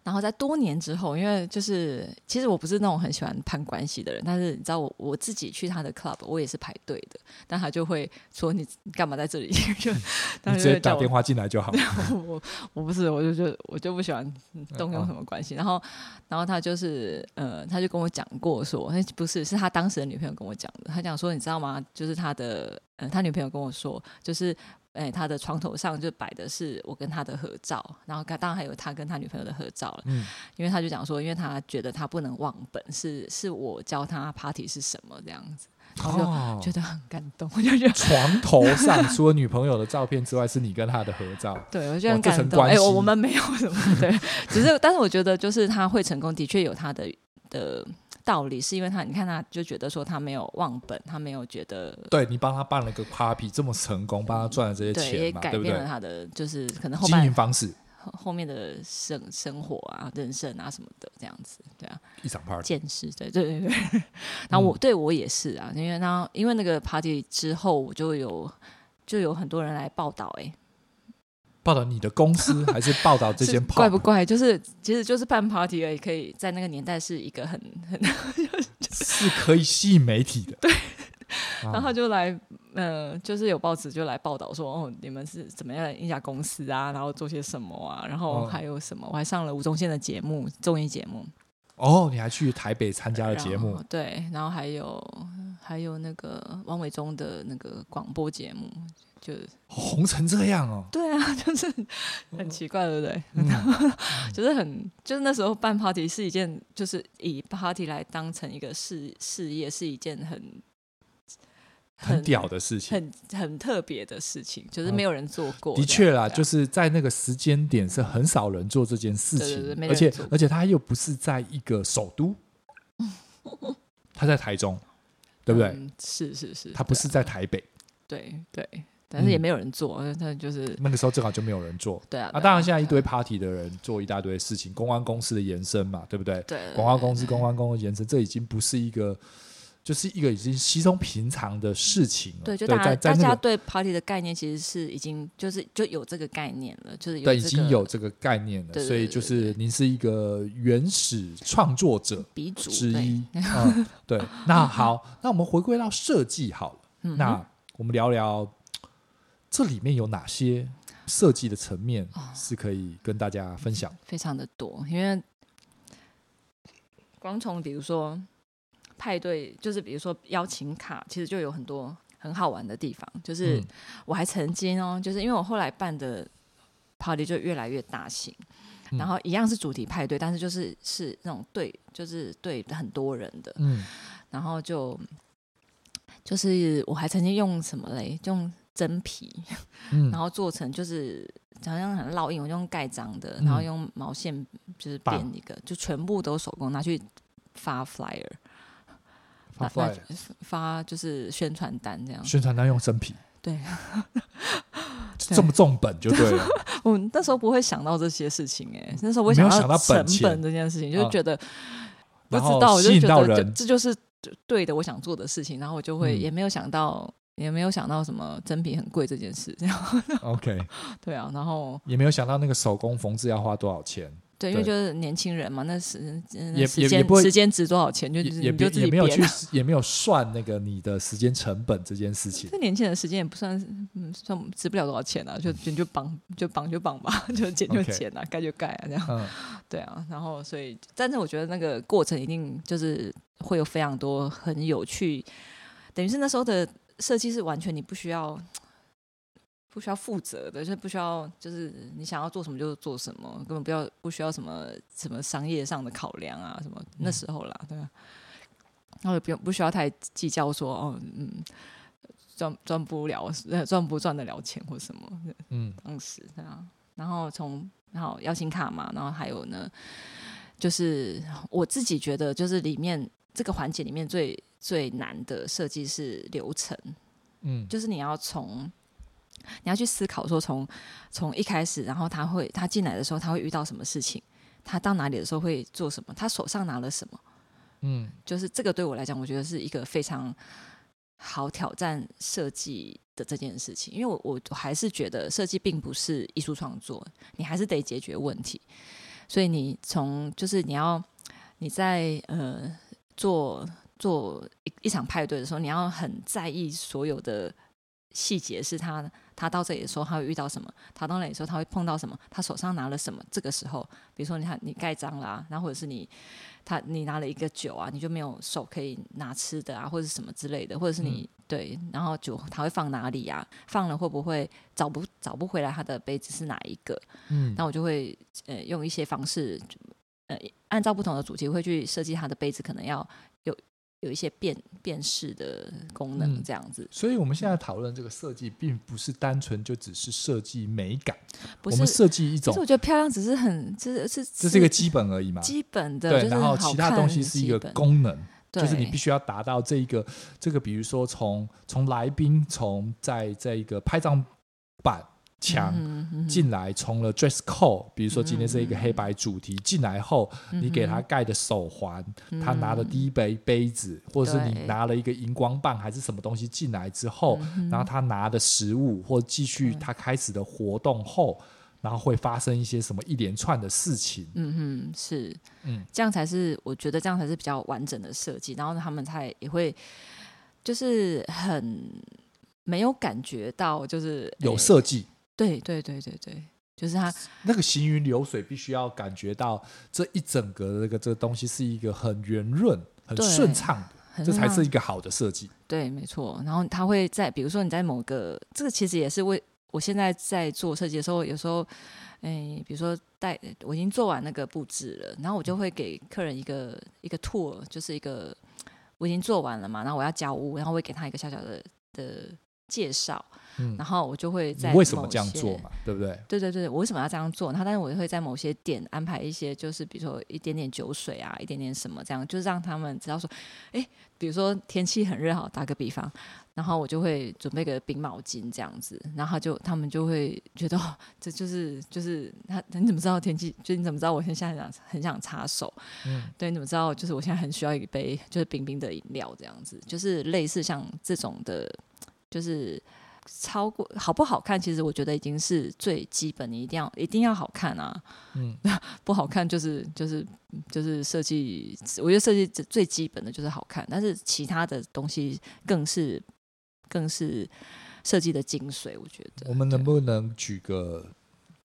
然后在多年之后，因为就是其实我不是那种很喜欢攀关系的人，但是你知道我我自己去他的 club，我也是排队的，但他就会说你你干嘛在这里？ 就你他直就接会打叫我电话进来就好。 我我不是，我就就我就不喜欢动用哦什么关系。然后，然后他就是呃，他就跟我讲过说，哎不是，是他当时的女朋友跟我讲的。他讲说，你知道吗？就是他的呃，他女朋友跟我说，就是。哎、他的床头上就摆的是我跟他的合照，然后他当然还有他跟他女朋友的合照了。嗯因为他就讲说，因为他觉得他不能忘本，是是我教他 party 是什么这样子，然后就、哦觉得很感动，我就觉得。床头上除了女朋友的照片之外，是你跟他的合照。对，我觉哇哦这得很层感动。关哎、我系我们没有什么对，只是但是我觉得就是他会成功，的确有他的的道理，是因为他你看他就觉得说他没有忘本，他没有觉得对你帮他办了个 party，这么成功，帮他赚了这些对，也钱嘛，改对不变了对？他的就是可能后经半营方式，后后面的生生活啊、人生啊什么的这样子，嗯对啊。一场 party。见识，对对对对。然后嗯我、对我也是啊，因为那因为那个 party 之后，我就有就有很多人来报道、欸，报道你的公司还是报道这 是间 pub？怪不怪？就是其实就是办 party 而已，可以在那个年代是一个很很，是可以吸引媒体的。对，然后就来呃，就是有报纸就来报道说，哦，你们是怎么样的一家公司啊，然后做些什么啊，然后哦还有什么，我还上了吴宗宪的节目，综艺节目，哦，你还去台北参加了节然目哦后，对，然后还有还有那个王伟忠的那个广播节目， 就红成这样 哦。对啊，就是很奇怪，对不对？嗯，就是很，就是那时候办 party 是一件，就是以 party 来当成一个事事业，是一件很很屌的事情。很很特别的事情，就是没有人做过的这样。确啦，对啊就是在那个时间点是很少人做这件事对对情对的，没人而且做而且他又不是在一个首都，他在台中，对不对？嗯是是是，他不是在台北，对啊对对，但是也没有人做，他就是那个时候正好就没有人做。对啊啊，当然现在一堆 party 的人做一大堆事情，公关公司的延伸嘛，对不对？对广告公司、公关公司的延伸，这已经不是一个，就是一个已经稀松平常的事情了。对，就大对，家、在在大那家个对 party 的概念其实是已经就是就有这个概念了，就是有、这对个、已经有这个概念了，对对所以对就对是您是一个原始创作者鼻祖之对一。嗯， 对。那好，那我们回归到设计好了。嗯哼那我们聊聊这里面有哪些设计的层面哦是可以跟大家分享。非常的多，因为光从比如说派对，就是比如说邀请卡，其实就有很多很好玩的地方。就是嗯我还曾经哦，就是因为我后来办的 party 就越来越大型，嗯然后一样是主题派对，但是就是是那种对，就是对很多人的，嗯，然后就就是我还曾经用什么嘞，用真皮，嗯然后做成就是好像很烙印，我就用盖章的，嗯然后用毛线就是棒编一个，就全部都手工拿去发 flyer，发那 fly 发就是宣传单这样。宣传单用真皮，对，这么重本 就对了。我那时候不会想到这些事情哎、那时候我没有想到到本成钱本这件事情，就嗯是觉得不然知后道，我吸就引觉到得这人这就是对的我想做的事情，然后我就会嗯也没有想到。也没有想到什么真皮很贵这件事，这样 OK，对啊，然后也没有想到那个手工缝制要花多少钱，对，因为对就是年轻人嘛，那时那也也嗯时也不会间时间值多少钱，就也是也你就别自也己没有编啊去 也没有算那个你的时间成本这件事 情。这年轻人时间也不算是，嗯，算值不了多少钱啊，就就就绑就绑就绑吧， 就剪就 OK 剪啊，盖就盖啊，这样嗯，对啊。然后所以，但是我觉得那个过程一定就是会有非常多很有趣，等于是那时候的设计是完全你不需要不需要负责的，就是不需要就是你想要做什么就做什么，根本不要不需要什么什么商业上的考量啊什么。那时候啦，对啊，然后也不用不需要太计较说哦，嗯，赚赚不了，呃赚不赚得了钱或什么。嗯，当时对啊，然后从然后邀请卡嘛，然后还有呢，就是我自己觉得就是里面这个环节里面最最难的设计是流程，嗯，就是你要从你要去思考说从从一开始，然后他会他进来的时候他会遇到什么事情，他到哪里的时候会做什么，他手上拿了什么，嗯，就是这个对我来讲，我觉得是一个非常好挑战设计的这件事情，因为我我我还是觉得设计并不是艺术创作，你还是得解决问题，所以你从就是你要你在呃做做一一场派对的时候，你要很在意所有的细节，是他他到这里的时候他会遇到什么，他到那里的时候他会碰到什么，他手上拿了什么，这个时候比如说你看你盖章啦、然后或者是你他你拿了一个酒啊，你就没有手可以拿吃的啊，或者是什么之类的，或者是你、对，然后酒他会放哪里啊？放了会不会找不找不回来他的杯子是哪一个？嗯，那我就会呃用一些方式，呃按照不同的主题会去设计它的杯子，可能要有有一些辨辨识的功能嗯这样子，所以我们现在讨论这个设计，并不是单纯就只是设计美感，我不是们。设计一其种实我，觉得漂亮只是很，这是这是一个基本而已嘛。基本的，对，就是然后好其他看东西是一基个本功能，就是你对必须要达到这一个这个，比如说从从来宾从在这一个拍照板墙嗯哼进来，从了 dress code，比如说今天是一个嗯黑白主题进来后，你给他盖的手环，嗯他拿了第一杯杯子，或者是你对拿了一个荧光棒还是什么东西进来之后，嗯然后他拿的食物或继续他开始的活动后，然后会发生一些什么一连串的事情。嗯哼，是，嗯这样才是我觉得这样才是比较完整的设计，然后他们才也会就是很没有感觉到，就是有诶设计，对对对对对，就是他那个行云流水必须要感觉到这一整个这个这个东西是一个很圆润、很对顺畅的，很这才让是一个好的设计。对，没错。然后他会在，比如说你在某个，这个其实也是为我现在在做设计的时候，有时候，哎，比如说带我已经做完那个布置了，然后我就会给客人一个一个 tour，就是一个我已经做完了嘛，然后我要交屋，然后我会给他一个小小的的介绍，嗯然，后我就会你在为什么某这样些做嘛？对不对？对对对，我为什么要这样做？他但是我会在某些点安排一些，就是比如说一点点酒水啊，一点点什么这样，就是让他们知道说，哎，比如说天气很热，好打个比方，然后我就会准备个冰毛巾这样子，然后他就他们就会觉得，哦、这就是就是他你怎么知道天气？就你怎么知道我现在很想很想擦手？嗯，对，你怎么知道？就是我现在很需要一杯就是冰冰的饮料这样子，就是类似像这种的，就是超过好不好看，其实我觉得已经是最基本，你一定要一定要好看啊。嗯， 不好看就是就是就是设计，我觉得设计最最基本的就是好看，但是其他的东西更是更是设计的精髓，我觉得。我们能对不能举个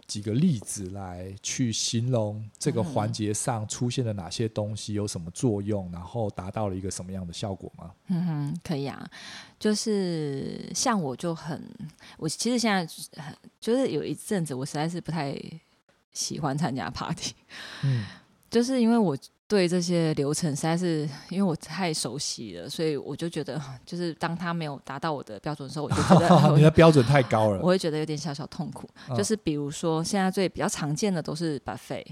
几个例子来去形容这个环节上出现了哪些东西，有什么作用，然后达到了一个什么样的效果吗？嗯哼，可以啊，就是像我就很，我其实现在就是很就是有一阵子我实在是不太喜欢参加 party， 嗯，就是因为我对这些流程实在是因为我太熟悉了，所以我就觉得，就是当他没有达到我的标准的时候，我就觉 你的得标准太高我了。会觉得有点小小痛苦。嗯就是比如说，现在最比较常见的都是 buffet。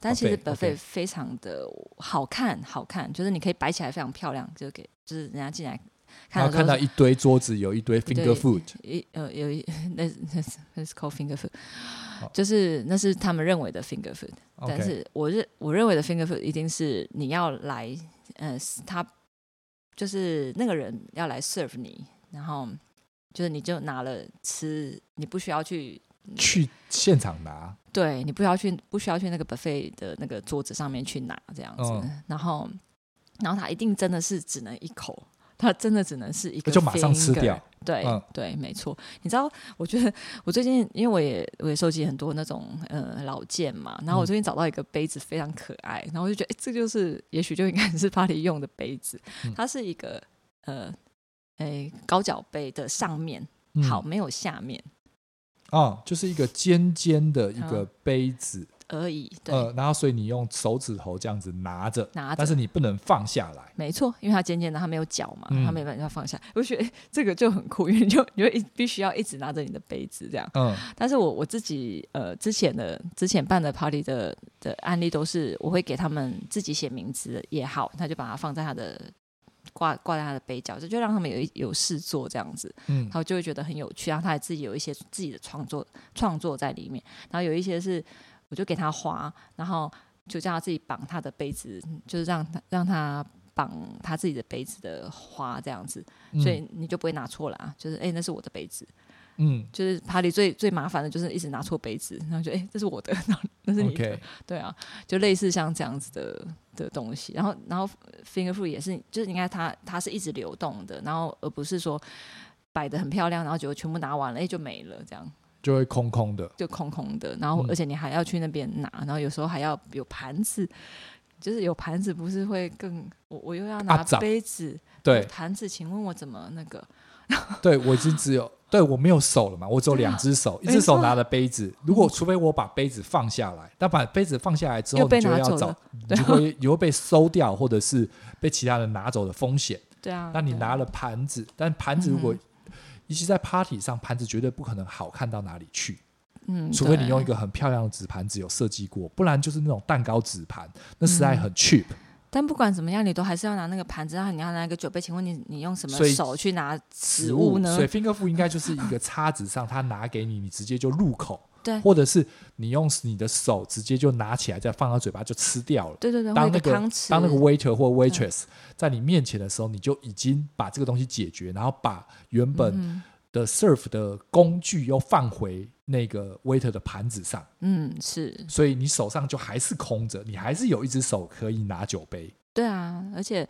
但其实 buffet，OK buffet 非常的好看，好看，就是你可以摆起来非常漂亮，就给就是人家进来看然的后时候看到一堆桌子，有一堆对 finger food，一呃有一那那是那是 called finger food，、好就是那是他们认为的 finger food，、但哦 OK，是我认我认为的 finger food 一定是你要来，呃，他就是那个人要来 serve 你，然后就是你就拿了吃，你不需要去。去现场拿，对你不需要去，不需要去那个 buffet 的那个桌子上面去拿这样子，嗯然后，然后他一定真的是只能一口，他真的只能是一个，就马上吃掉。。对、嗯对，没错。你知道，我觉得我最近因为我也我也收集很多那种呃老件嘛，然后我嗯最近找到一个杯子非常可爱，然后我就觉得，哎，这就是也许就应该是巴黎用的杯子，嗯 它是一个呃诶高脚杯的上面，嗯好没有下面啊，就是一个尖尖的一个嗯杯子，而已，对，呃，然后所以你用手指头这样子拿着，拿着但。是你不能放下来。没错，因为它尖尖的，它没有脚嘛，嗯它没办法放下。我就觉得、诶这个就很酷，因为你就 你就一必须要一直拿着你的杯子这样。嗯但是我我自己呃之前的之前办的 party 的的案例都是我会给他们自己写名字也好，他就把它放在他的挂挂在他的杯角，就就让他们有一有事做这样子，嗯然后就会觉得很有趣，然后他也自己有一些自己的创作创作在里面，然后有一些是我就给他花，然后就叫他自己绑他的杯子，就是让他让他绑他自己的杯子的花这样子，嗯所以你就不会拿错了啊，就是哎、那是我的杯子，嗯就是爬里最最麻烦的就是一直拿错杯子，然后就哎、这是我的，然后那是你的嗯 OK，对啊，就类似像这样子的的东西。然后，然后 finger food 也是，就是你看它它是一直流动的，然后而不是说摆的很漂亮，然后结果全部拿完了，哎、就没了，这样就会空空的。就空空的。然后嗯，而且你还要去那边拿，然后有时候还要有盘子。就是有盘子，不是会更我我又要拿阿杂杯子，有啊对盘子，请问我怎么那个？对，我已经只有对我没有手了嘛，我只有两只手，一只手啊没错嗯拿了杯子，如果除非我把杯子放下来，但把杯子放下来之后，又被你就拿要走找了， 你就会你会被收掉，或者是被其他人拿走的风险。对啊，那你对啊嗯拿了盘子，但盘子如果尤其在 party 上，盘子绝对不可能好看到哪里去，嗯，除非对你用一个很漂亮的纸盘子有设计过，不然就是那种蛋糕纸盘，那实嗯在很 cheap。但不管怎么样，你都还是要拿那个盘子，然后你要拿一个酒杯。请问你，你用什么所以手去拿食食物呢所？以 finger food 应该就是一个叉子上，他拿给你，你直接就入口，对或者是你用你的手直接就拿起来，再放到嘴巴就吃掉了。对对对，会当有那一个汤匙，当那个 waiter 或 waitress 在你面前的时候，你就已经把这个东西解决，然后把原嗯本的 serve 的工具又放回那个 waiter 的盘子上，嗯是，所以你手上就还是空着，你还是有一只手可以拿酒杯。对啊，而且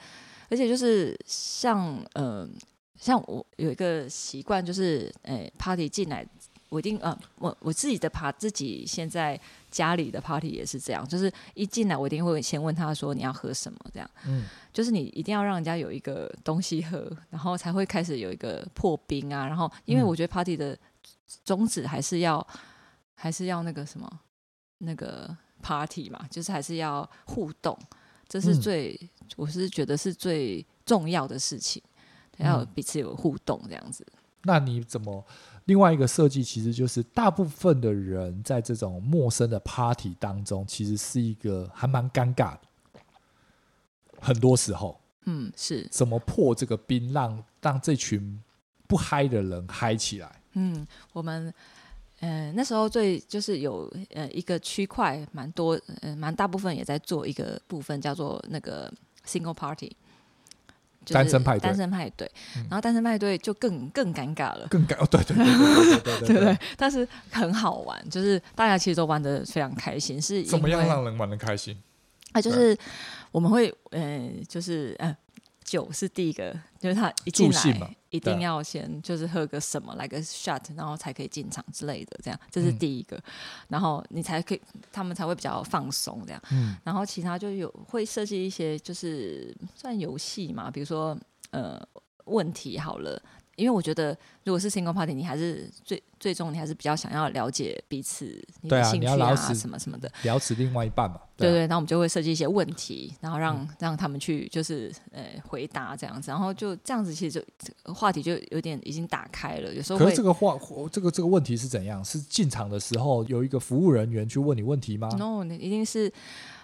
而且就是像呃，像我有一个习惯，就是诶、party 进来，我一定呃，我我自己的 part 自己现在家里的 party 也是这样，就是一进来我一定会先问他说你要喝什么这样。嗯，就是你一定要让人家有一个东西喝，然后才会开始有一个破冰啊。然后，因为嗯我觉得 party 的宗旨还是要还是要那个什么那个 party 嘛，就是还是要互动，这是嗯最、我是觉得是最重要的事情，要有嗯彼此有互动这样子。那你怎么？另外一个设计其实就是，大部分的人在这种陌生的 party 当中，其实是一个还蛮尴尬的。很多时候，嗯，是，怎么破这个冰，让让这群不嗨的人嗨起来？嗯，我们。呃，那时候最就是有呃一个区块蛮多，呃蛮大部分也在做一个部分叫做那个 single party，就是单身派对单身派对，嗯然后单身派对就更更尴尬了。更感哦，对对对对对对对不对？但是很好玩，就是大家其实都玩的非常开心，是因怎么为样让人玩的开心？啊，就是我们会呃，就是呃，酒是第一个，就是他一进助兴嘛来一定对啊要先就是喝个什么，来个 shot，然后才可以进场之类的，这样这是嗯第一个，然后你才可以，他们才会比较放松这样。嗯然后其他就有会设计一些就是算游戏嘛，比如说呃问题好了，因为我觉得如果是 single party，你还是最最终你还是比较想要了解彼此你对的啊兴你趣要啊了解什么什么的，聊死另外一半嘛，对啊嗯对，然后我们就会设计一些问题，然后让、让他们去就是呃回答这样子，然后就这样子其实就这个话题就有点已经打开了，有时候可会是这个话，这个这个问题是怎样？是进场的时候有一个服务人员去问你问题吗？ no 你一定是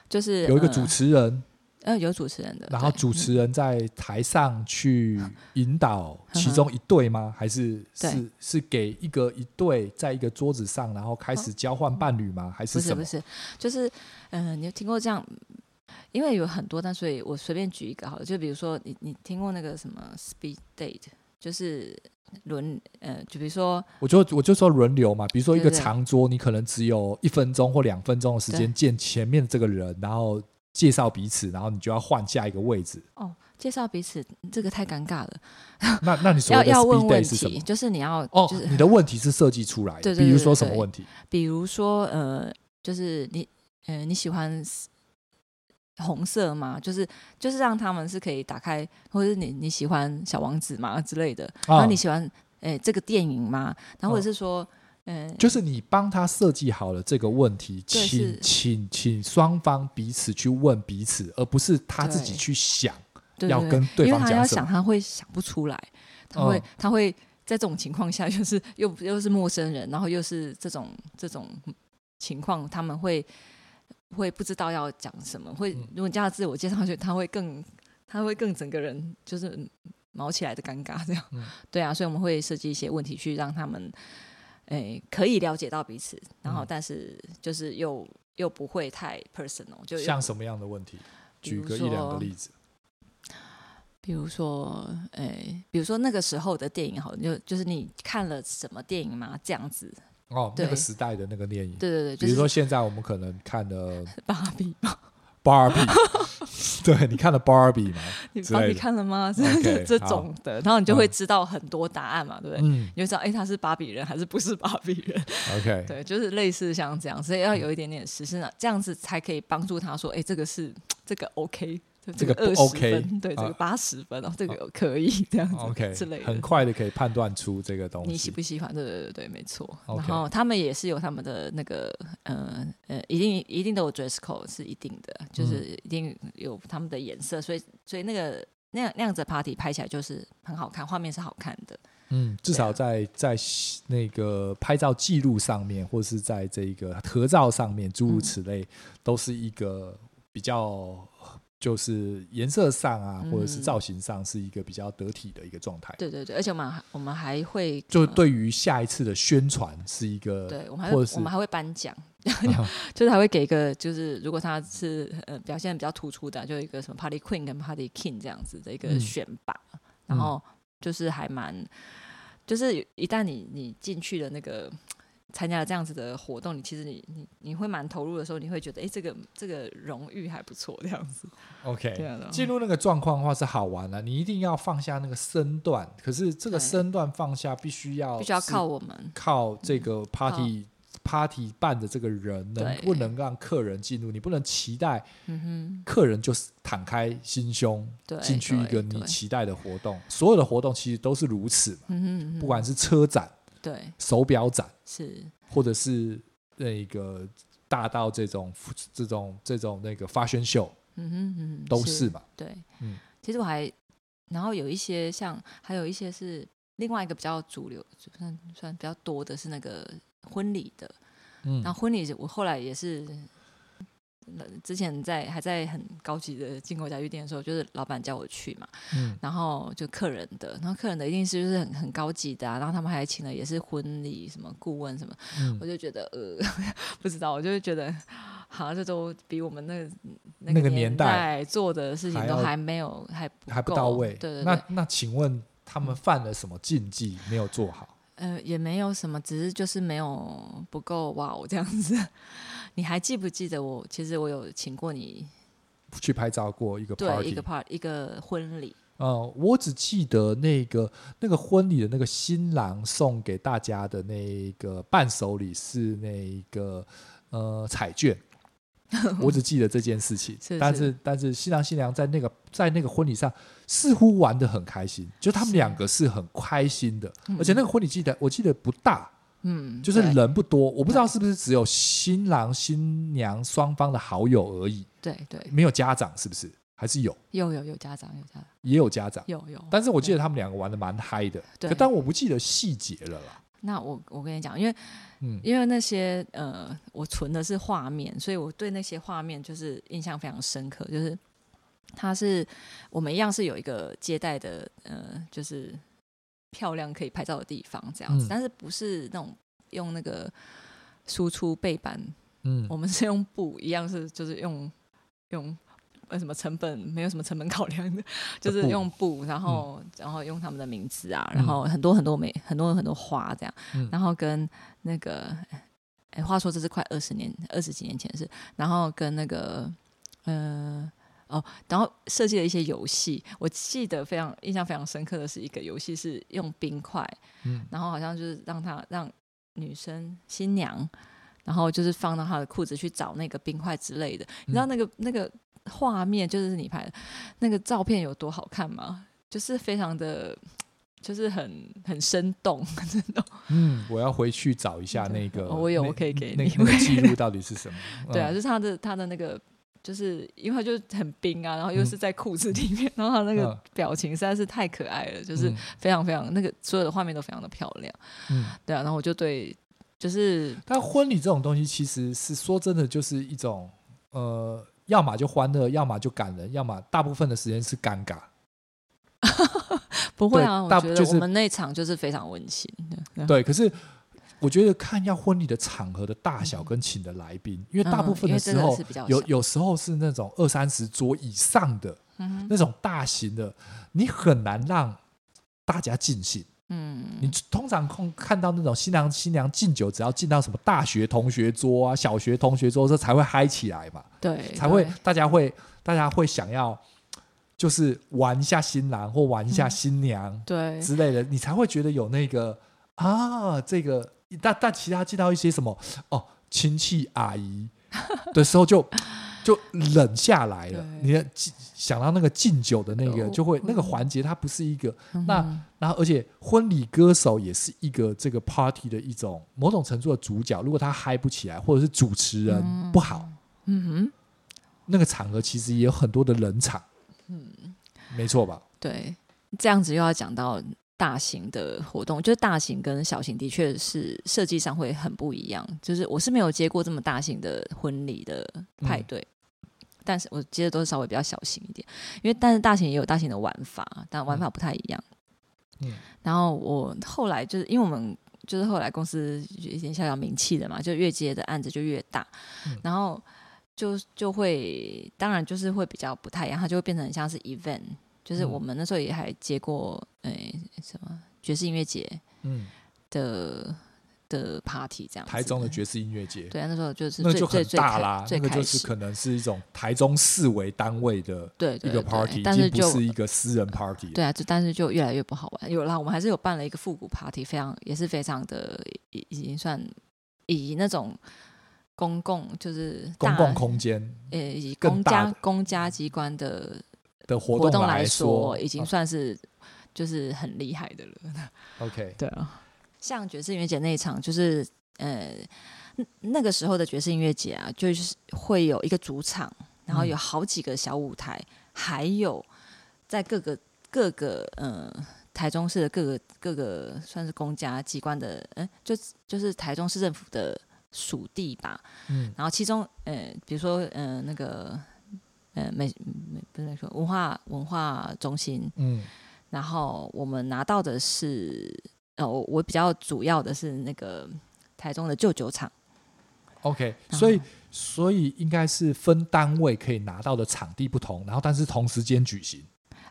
就是啊有一个呃主持人，呃有主持人的，然后对主持人在台上去引导其中一队吗？还是嗯对是是给一个一队在一个桌子上，然后开始交换伴侣吗？还嗯不是是什不么？是，就是嗯、呃你有听过这样？因为有很多，但所以我随便举一个好了，就比如说你你听过那个什么 speed date，就是轮呃，就比如说我就我就说轮流嘛，比如说一个对对对长桌，你可能只有一分钟或两分钟的时间对见前面这个人，然后介绍彼此，然后你就要换下一个位 置。哦，介绍彼此这个太尴尬了，那那你所要谓的要问 speed 问 day 是什题，么？就是你要哦就是，你的问题是设计出来的，对对比对如说什对么问题？比如说呃，就是你呃你喜欢 s- 红色吗？就是就是让他们是可以打开，或者是你你喜欢小王子吗之类的，然啊后你喜欢诶、这个电影吗？然后或者嗯是说，嗯、就是你帮他设计好了这个问题，请对是请请双方彼此去问彼此，而不是他自己对去想对要对跟对因为方他要讲什想，么。他会想不出来，他会、嗯他会在这种情况下，就是又不又是陌生人，然后又是这种这种情况，他们会会不知道要讲什么，会嗯如果你叫他自我介绍，就他会更它会更整个人就是毛起来的尴尬这样。嗯对啊，所以我们会设计一些问题去让他们，诶、可以了解到彼此，然后嗯但是就是又又不会太 personal，就有像什么样的问题？比举如个一两个说例子。比如说，诶、比如说那个时候的电影好了，就就是你看了什么电影吗？这样子，哦，那个对时代的那个电影，对对对，比就如说是现在我们可能看了芭比嘛， Barbie，对你看了 Barbie 吗？你之芭类比的看了吗？这 OK， 这好种的，然后你就会嗯知道很多答案嘛，对不对？嗯你就知道，哎、他是芭比人还是不是芭比人？ ，OK，对，就是类似像这样，所以要有一点点实施呢，这样子才可以帮助他说，哎、这个是这个 OK，这这个个不二十 OK，分，对，这个啊哦八十分哦，这个可以 这样子 OK，之类的，很快的可以判断出这个东你喜西。不喜欢？对对对对，没错。 OK 然后他们也是有他们的那个呃呃，一定一定都有 dress code 是一定的，嗯就是一定有他们的颜色，所以所以那个那样那样子的 party 拍起来就是很好看，画面是好看的。啊嗯，至少在在那个拍照记录上面，或是在这个合照上面，诸如此类，都是一个比较。就是颜色上啊，或者是嗯造型上，是一个比较得体的一个状态。对对对，而且我们还我们还会就呃对于下一次的宣传是一个对，我们还或者会是啊我们还会颁 奖， 就是还会给一个，就是如果他是呃表现比较突出的，就有一个什么 Party Queen 跟 Party King 这样子的一个嗯选拔，然后就是还蛮，就是一旦你你进去了那个。参加了这样子的活动，你其实你你你会蛮投入的时候，你会觉得，哎、这个这个荣誉还不错，这样子。对 OK，啊对啊哎进入那个状况的话是好玩的、你一定要放下那个身段，可是这个对身段放下必须要必须要是靠我们，靠这个 party、party 办的这个人能嗯对不能让客人进入，你不能期待嗯客人就是敞开心胸哼，对，进去一个对你对期待的活动。所有的活动其实都是如此，嗯哼嗯哼不管是车展、对手表展，是，或者是那个大到这种这种这种那个 fashion show 嗯哼嗯哼，都是嘛。对，嗯其实我还，然后有一些像，还有一些是另外一个比较主流，算算比较多的是那个婚礼的。嗯然后婚礼我后来也是，呃之前在还在很高级的进口家具店的时候，就是老板叫我去嘛，嗯然后就客人的，然后客人的一定是就是很很高级的啊，然后他们还请了也是婚礼什么顾问什么，嗯我就觉得呃， 不知道，我就会觉得，好像这都比我们那个那个个年代代做的事情还都要还没有还不还不够到位。对对对嗯那，那请问他们犯了什么禁忌没有做好？呃，也没有什么，只是就是没有不够哇哦这样子。 你还记不记得我？其实我有请过你去拍照过一个对 party，一个 part 一个婚礼，嗯，我只记得那个那个婚礼的那个新郎送给大家的那个伴手礼是那一个呃彩 券，我只记得这件事情。是但是是但是新郎新娘在那个在那个婚礼上似乎玩的很开心，就他们是两个是很开心的，嗯而且那个婚礼记得我记得不大，嗯，就是对人不多，我不知道是不是只有新郎新娘双方的好友而已，对对，没有家长是不是？还是有有有有家长有家长也有家长。有有，但是我记得他们两个玩的蛮嗨的，对可但我不记得细节了啦。那我我跟你讲，因为嗯因为那些呃，我存的是画面，所以我对那些画面就是印象非常深刻。就是它是我们一样是有一个接待的呃，就是漂亮可以拍照的地方这样子，嗯但是不是那种用那个输出背板，嗯我们是用布，一样是就是用用。呃，什么成本没有什么成本考量的， 就是布用布，然后、然后用他们的名字啊，然嗯后很多很多美很多很多花这样。嗯然后跟那个，哎，话说这是快二十年、二十几年前的事，然后跟那个，呃，哦，然后设计了一些游戏，我记得非常印象非常深刻的是一个游戏是用冰块，嗯然后好像就是让她让女生新娘，然后就是放到她的裤子去找那个冰块之类嗯的，你知道那个那个画面就是你拍的那个照片有多好看吗？就是非常的。就是很很生动， 很生动。嗯，我要回去找一下那个，哦我有那我可以给那你那个记 录到底是什么？对啊，嗯就，是他的他的那个，就是因为他就很冰啊，然后又是在裤子里面，然后他那个嗯表情实在是太可爱了，就是嗯非常非常那个所有的画面都非常的漂亮。嗯对啊，然后我就对，就是但婚礼这种东西其实是说真的，就是一种呃，要么就欢乐，要么就感人，要么大部分的时间是尴尬。不会啊，对我大觉就得是我们那场就是非常温馨的。对，可是我觉得看要婚礼的场合的大小跟请的来宾，因为大部分嗯因为时真的候、是比较有小有时候是那种二三十桌以上的、嗯那种大型的，你很难让大家尽兴。你嗯，通常看看到那种新郎新娘敬酒，只要敬到什么大学同学桌啊、小学同学桌，这才会嗨起来嘛，对，才会对大家会大家会想要就是玩一下新郎或玩一嗯下新娘，对之类的，你才会觉得有那个啊，这个但但其他见到一些什么哦亲戚阿 姨的时候就就冷下来了。对你的敬想到那个敬酒的那个，哦嗯就会那个环节它不是一个那然后而且婚礼歌手也是一个这个 party 的一种某种程度的主角，如果他嗨不起来，或者是主持人嗯不好，嗯哼，那个场合其实也有很多的冷场，嗯，没错吧？对，这样子又要讲到大型的活动，就是大型跟小型的确是设计上会很不一样。就是我是没有接过这么大型的婚礼的派嗯对。但是我接的都是稍微比较小型一点，因为但是大型也有大型的玩法，但玩法不太一样。嗯然后我后来就是因为我们就是后来公司有一点小小名气的嘛，就越接的案子就越大，嗯然后就就会当然就是会比较不太一样，它就会变成很像是 event，就是嗯我们那时候也还接过诶、什么爵士音乐节嗯，的的 party 这样子，台中的爵士音乐节，对啊，那时候就是那最就很最最大开啦，最那个开就是始可能是一种台中市为单位的对一对个对 party，已但经是不就是一个私人 party 了。对啊，就但是就越来越不好玩。有啦，我们还是有办了一个复古 party，非常也是非常的已已经算以那种公共就是公大共空间呃以更公大家的公家机关的的活活动来说，已经啊算是就是很厉害的了。 OK，对啊，像爵士音乐节那一场，就是呃那那个时候的爵士音乐节啊，就是会有一个主场，然后有好几个小舞台，还有在各个各个呃台中市的各个各个算是公家机关的，嗯、就就是台中市政府的属地吧，嗯然后其中呃，比如说呃那个呃美美不是美术文化文化中心，嗯然后我们拿到的是，呃，我我比较主要的是那个台中的旧酒厂， ，OK，然后所以所以应该是分单位可以拿到的场地不同，然后但是同时间举行，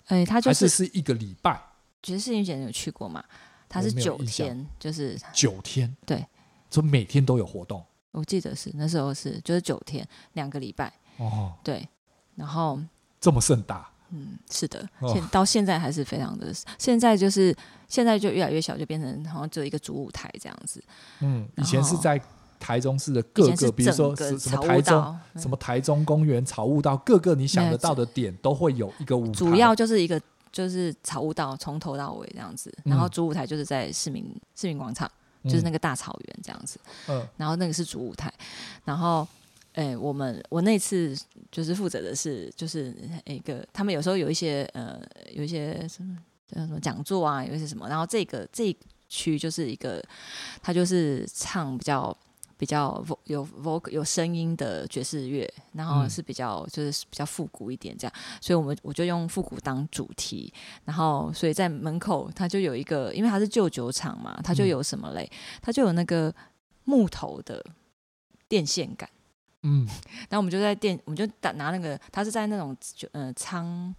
哎，它就还是是是一个礼拜爵士音节你有去过嘛？它我是没有九印象天，就是九天，对，所以每天都有活动我记得是那时候是就是九天两个礼拜，哦，对，然后这么盛大，嗯，是的，哦现到现在还是非常的，现在就是现在就越来越小，就变成好像只有一个主舞台这样子，嗯，以然前是后在台中市的以各前个，是比如说整是个什么草台悟中。道，嗯什么台中公园、草悟道，各个你想没得有到的点都会有一个舞台。主要就是一个就是草悟道从头到尾这样子，嗯然后主舞台就是在市民市民广场，就是那个大草原这样子，嗯嗯然后那个是主舞台，然后。哎、我们我那次就是负责的是，就是一个他们有时候有一些呃，有一些什么叫什么讲座啊，有一些什么，然后这个这一区就是一个，他就是唱比较比较 vo 有 vocal 有声音的爵士乐，然后嗯是比较就是比较复古一点这样，所以我们我就用复古当主题，然后所以在门口它就有一个，因为它是旧酒厂嘛，它就嗯有什么嘞？它就有那个木头的电线杆，嗯然后我们就在电，我们就打拿那个，它是在那种就呃仓，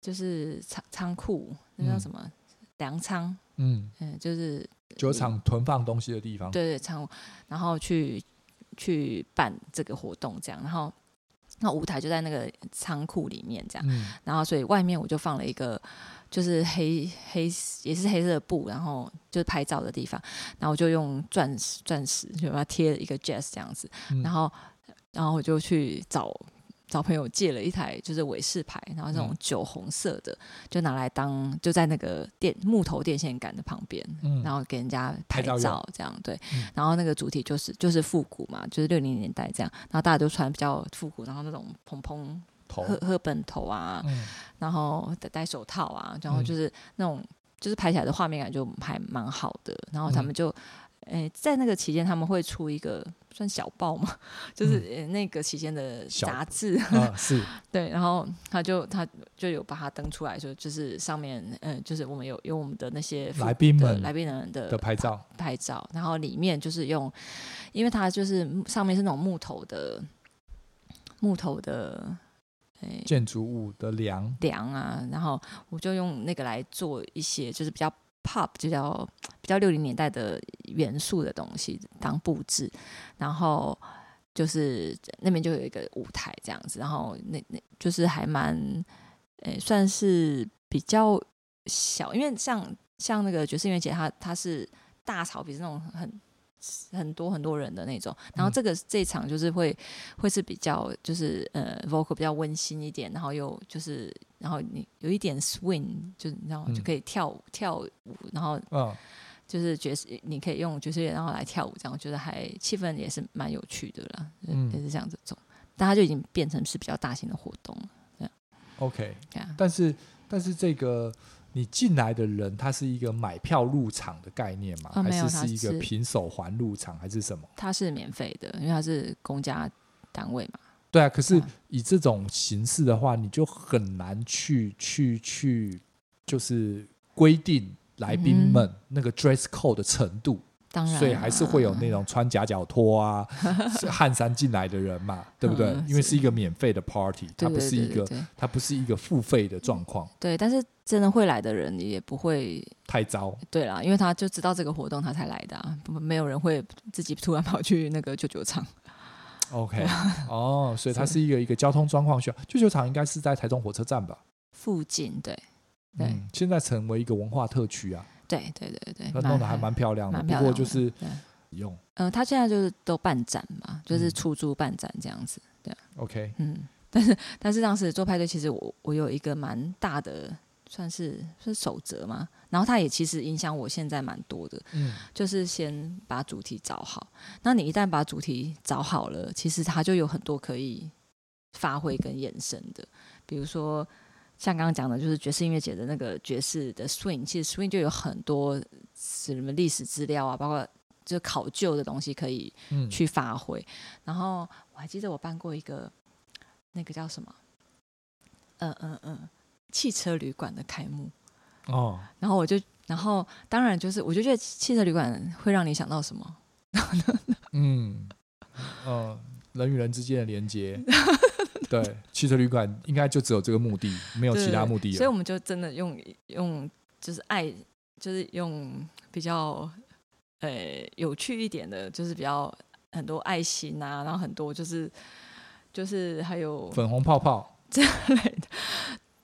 就是仓仓库，那叫嗯什么粮仓，嗯，嗯、就是酒厂囤放东西的地方。对对，常然后去去办这个活动这样，然后那舞台就在那个仓库里面这样，嗯然后所以外面我就放了一个就是黑黑也是黑色的布，然后就是拍照的地方，然后我就用钻石钻石就把它贴一个 jazz 这样子，嗯然后然后我就去找。找朋友借了一台就是韦氏牌，然后这种嗯酒红色的，就拿来当就在那个电木头电线杆的旁边，嗯，然后给人家拍拍照用照这样对嗯，然后那个主题就是就是复古嘛，就是六零年代这样，然后大家都穿比较复古，然后那种蓬蓬头赫赫本头啊，嗯然后戴戴手套啊，然后嗯就是那种就是拍起来的画面感就还蛮好的。然后他嗯们就，诶、在那个期间他们会出一个算小报嘛， 就是、呃那个期间的嗯小杂志， 啊，是对。然后他就他就有把它登出来，说就是上面，嗯、就是我们有有我们的那些来宾的们来宾人的的拍照，拍照，然后里面就是用，因为它就是木上面是那种木头的木头的诶建筑物的梁，梁啊，然后我就用那个来做一些就是比较 pop 就叫比较六零年代的元素的东西当布置，然后就是那边就有一个舞台这样子，然后那那就是还蛮诶、算是比较小，因为像像那个爵士音乐节它它是大草皮是那种很。很多很多人的那种，然后嗯这个、这一场就是会会是比较就是呃 vocal 比较温馨一点，然后又就是然后你有一点 swing，就是你知道吗？嗯就可以跳舞跳舞，然后嗯，就是爵士，你可以用爵士乐然后来跳舞，这样我觉得还气氛也是蛮有趣的啦，嗯嗯、也是像这种，但它就已经变成是比较大型的活动了， OK，对啊，但是但是这个你进来的人，他是一个买票入场的概念吗？哦还没有是他一个是平手环入场，还是什么？它是免费的，因为它是公家单位嘛，对啊，可是对啊以这种形式的话，你就很难去去去，就是规定来宾嗯哼们那个 dress code 的程度，当然啊、所以还是会有那种穿夹脚拖 啊、是汗衫进来的人嘛，对不对？嗯因为是一个免费的 party，它对不对是一对对个对它不是一个付费的状况，对，但是真的会来的人也不会太糟。对啦，因为他就知道这个活动他才来的、啊，不没有人会自己突然跑去那个舅舅场。 OK，哦，所以它是一个一个交通状况需要。旧球场应该是在台中火车站吧？附近，对对嗯，现在成为一个文化特区啊，对对对对，它弄得还蛮漂亮的。蛮不漂过亮就的是对用呃，他现在就是都办展嘛，就是嗯出租办展这样子， OK，嗯，但是但是当时做派对，其实我我有一个蛮大的算是是守则嘛，然后它也其实影响我现在蛮多的，嗯，就是先把主题找好，那你一旦把主题找好了，其实它就有很多可以发挥跟延伸的，比如说。像刚刚讲的，就是爵士音乐节的那个爵士的 swing，其实 swing 就有很多什么历史资料啊，包括就考究的东西可以嗯去发挥。然后我还记得我办过一个那个叫什么，嗯嗯嗯，汽车旅馆的开幕。哦，然后我就，然后当然就是，我就觉得汽车旅馆会让你想到什么？嗯，呃，人与人之间的连 接，对，汽车旅馆应该就只有这个目的，没有对其他目的所以了。我们就真的用用就是爱，就是用比较呃有趣一点的，就是比较很多爱心啊，然后很多就是就是还有粉红泡泡，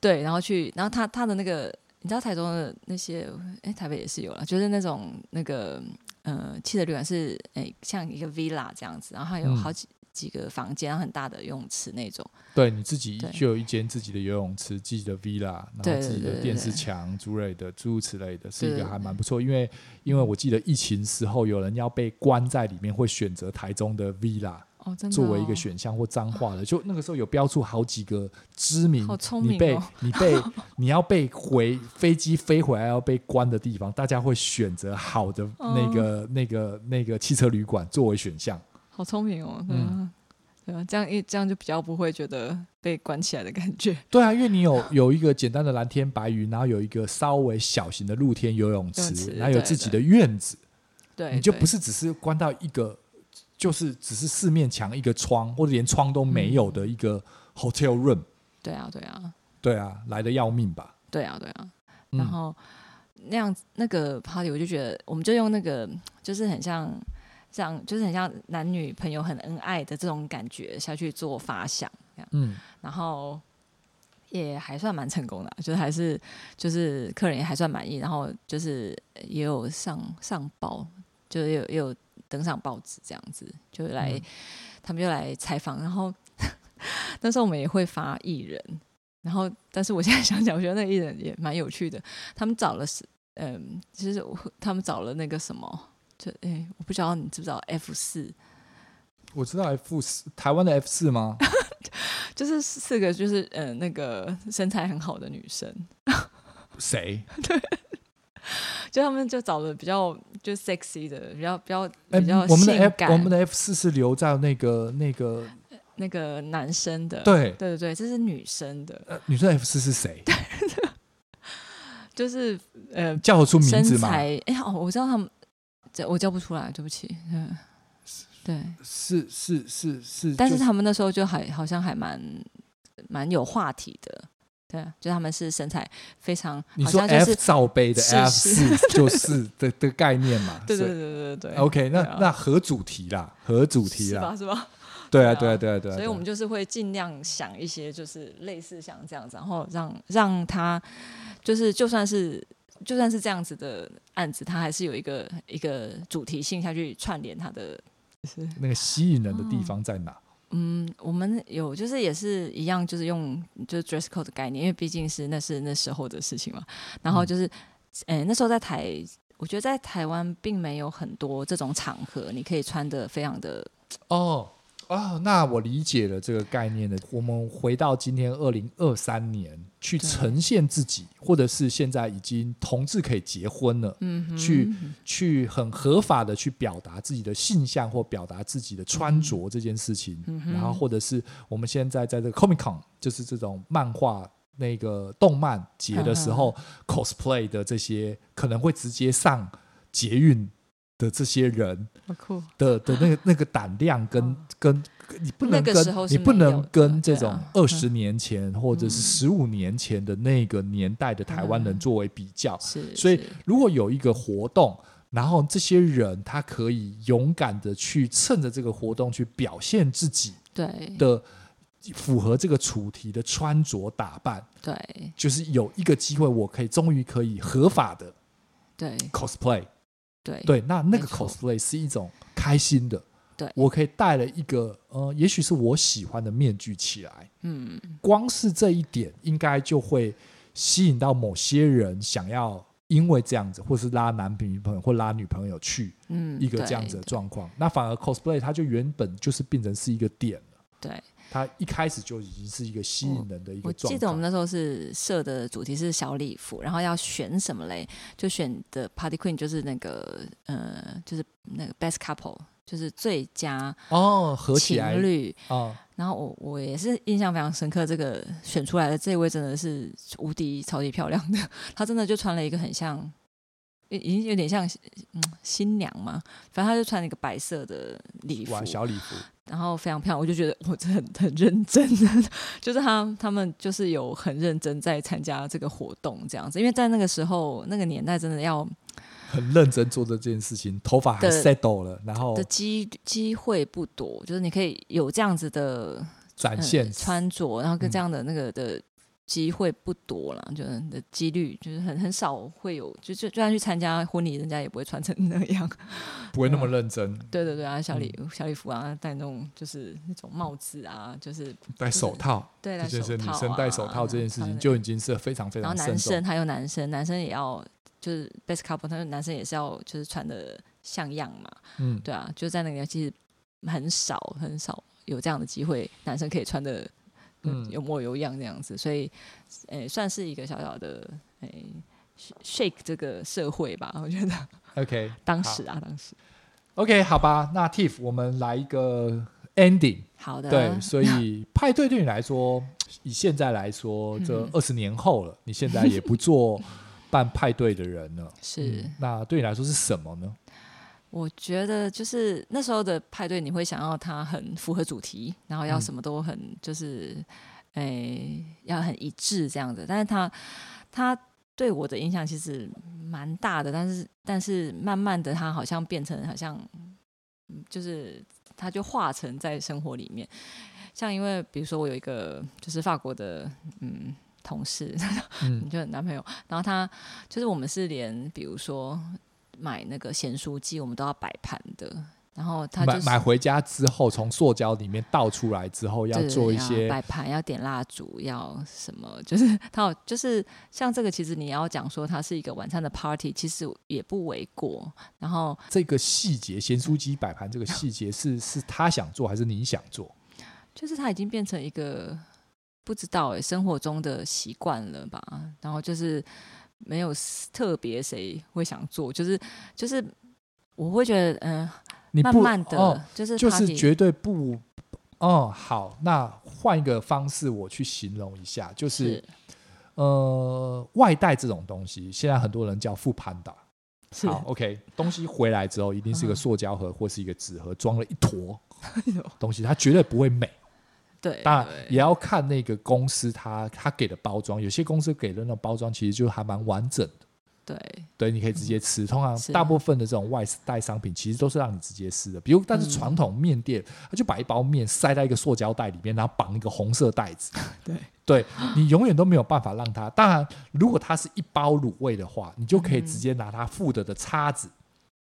对，然后去，然后他他的那个，你知道台中的那些，哎，台北也是有了，就是那种那个，呃，汽车旅馆是，哎，像一个 villa 这样子，然后它有嗯好几、几个房间，然后很大的游泳池那种，对你自己对就有一间自己的游泳池、自己的 villa，然后对自己对的对电视对墙之类的，诸如此类的，是一对个对还对蛮不错。因为因为我记得疫情时候有人要被关在里面，会选择台中的 villa 哦，真的、作为一个，选项或脏话的，就那个时候有标注好几个知名好，聪你明被哦你 被你要被回飞机飞回来要被关的地方，大家会选择好的那哦个那个那个汽车旅馆作为选项。好聪明哦，对啊，嗯对啊，这样一这样就比较不会觉得被关起来的感觉， 对啊，因为你有有一个简单的蓝天白云，然后有一个稍微小型的露天游泳游池，泳池然后有对自己的对院子，对，你就对不是只是关到一个，就是只是四面墙一个窗，或者连窗都嗯没有的一个 hotel room。对啊，对啊，对啊，来的要命吧。对啊，对啊，嗯然后那样子那个 party 我就觉得，我们就用那个就是很像像就是很像男女朋友很恩爱的这种感觉下去做发想，这样，嗯，然后也还算蛮成功的啊，就是还是就是客人也还算满意，然后就是也有上上报，就是也有也有登上报纸这样子，就来、嗯他们就来采访，然后 那时候我们也会发艺人，然后但是我现在 想想，我觉得那个艺人也蛮有趣的，他们找了是嗯，其实我他们找了那个什么。就哎、我不知道你知不知道 F 四，我知道 F 四，台湾的 F 四 吗？就是四个就是嗯、呃那个身材很好的女生，谁？就他们就找了比较就 sexy 的，比较比较哎比较我们的性 F 感我们的 F 四是留在那个那个那个男生的，对对对对，这是女生的， 呃女生 F 四是谁？就是呃叫得出名身字吗？材，哎、哦，我知道他们，这我叫不出来，对不起，嗯，对，是是是是，但是就他们那时候就还好像还蛮蛮有话题的，对，就他们是身材非常，你好说像就 F 是罩杯的是 F 是四 就是的的概念嘛？对所对以对对对对 OK，那对啊那合主题啦，合主题啊是吧啦，是吧？对啊，对对啊，啊对啊，对啊。所以我们就是会尽量想一些就是类似像这样子，然后让让他就是就算是。就算是这样子的案子，它还是有一个一个主题性下去串联它的，就是那个吸引人的地方在哪？嗯，我们有就是也是一样，就是用就是 dress code 的概念，因为毕竟是那是那时候的事情嘛。嗯然后就是，呃、那时候在台，我觉得在台湾并没有很多这种场合，你可以穿的非常的，哦哦，那我理解了这个概念的。我们回到今天二零二三年，去对呈现自己，或者是现在已经同志可以结婚了，嗯哼，去去很合法的去表达自己的性向或表达自己的穿着这件事情，嗯哼然后或者是我们现在在这个 Comic Con，就是这种漫画那个动漫节的时嗯候、c o s p l a y 的这些可能会直接上捷运的这些人好酷，的的那个那个胆量跟、跟。你不能啊嗯那个跟时候你是不没有能的跟这对啊种嗯二十年前或者是十五年前的那个年代的台湾人嗯作为比较，是，所以是如果有一个活动，然后这些人他可以勇敢的去趁着这个活动去表现自己对的符合这个主题的穿着打扮，对就是有一个机会，我可以终于可以合法的对 cosplay。对对，那那个没错 cosplay 是一种开心的。对我可以戴了一个呃，也许是我喜欢的面具起来，嗯，光是这一点，应该就会吸引到某些人想要因为这样子，或是拉男朋友或拉女朋友去嗯，一个这样子的状况。那反而 cosplay 它就原本就是变成是一个点了，对。对它一开始就已经是一个吸引人的一个我状况。记得我们那时候是设的主题是小礼服，然后要选什么嘞？就选的 Party Queen 就是那个呃，就是那个 Best Couple，就是最佳哦合起来情侣。哦，然后我我也是印象非常深刻，这个选出来的这位真的是无敌超级漂亮的，她真的就穿了一个很像。已已经有点像嗯新娘嘛，反正她就穿了一个白色的礼服玩，小礼服，然后非常漂亮，我就觉得我真的很很认真， 就是他他们就是有很认真在参加这个活动这样子，因为在那个时候那个年代真的要哦很认真做这件事情，头发还的 settle 了，然后的机机会不多，就是你可以有这样子的、展嗯、现穿着，然后跟嗯这样的那个的机会不多啦，就是你的几率就是很很少会有，就就就算去参加婚礼，人家也不会穿成那样。嗯不会那嗯么认真，对对对啊，小礼、嗯小礼服啊，戴那种就是那种帽子啊，就是戴手套。对这戴手件套、事，啊、女生戴手套这件事然后情那就已经是非常非然常后慎男重生。还有男生，男生也要就是 best couple，他说男生也是要就是穿的像样嘛，嗯，对啊，就在那个年代其实很少很少有这样的机会，男生可以穿的嗯有模有样这样子，所以诶、算是一个小小的诶、shake 这个社会吧，我觉得 OK，当好时啊当时 OK，好吧，那 Tiff，我们来一个 ending。好的对，所以派对对你来说，以现在来说，嗯这二十年后了，你现在也不做办派对的人了。 是。嗯那对你来说是什么呢？我觉得就是那时候的派对，你会想要它很符合主题，然后要嗯什么都很、就是，诶、哎要很一致这样子。但是它它对我的影响其实蛮大的，但是但是慢慢的，它好像变成好像，嗯就是它就化成在生活里面。像因为比如说我有一个就是法国的嗯同事， 嗯你就很男朋友。然后他就是我们是连比如说买那个咸酥鸡，我们都要摆盘的。然后他就买是买回家之后，从塑胶里面倒出来之后，要对做一要些摆盘，要点蜡烛，要什么？就是他有就是像这个，其实你要讲说它是一个晚餐的 party，其实也不为过。然后这个细节，咸酥鸡摆盘这个细节是是他想做还是你想做？就是它已经变成欸一个不知道哎、生活中的习惯了吧？然后就是没有特别谁会想做，就是就是我会觉得，嗯、你慢不慢的、哦就是就是觉绝对不。哦，好，那换一个方式我去形容一下，就是呃，外带这种东西，现在很多人叫复盘的。是好，OK，东西回来之后一定是一个嗯塑胶盒或是一个纸盒，装了一坨呦东西，它绝对不会美。对，当然哎对也要看那个公司它它给的包装，有些公司给的那种包装其实就还蛮完整的，对对，你可以直接吃。通常嗯是啊大部分的这种外带商品其实都是让你直接吃的，比如但是嗯传统面店，它就把一包面塞在一个塑胶袋里面，然后绑一个红色袋子，对 对你永远都没有办法让它。当然，如果它是一包卤味的话，你就可以直接拿它附的的叉子。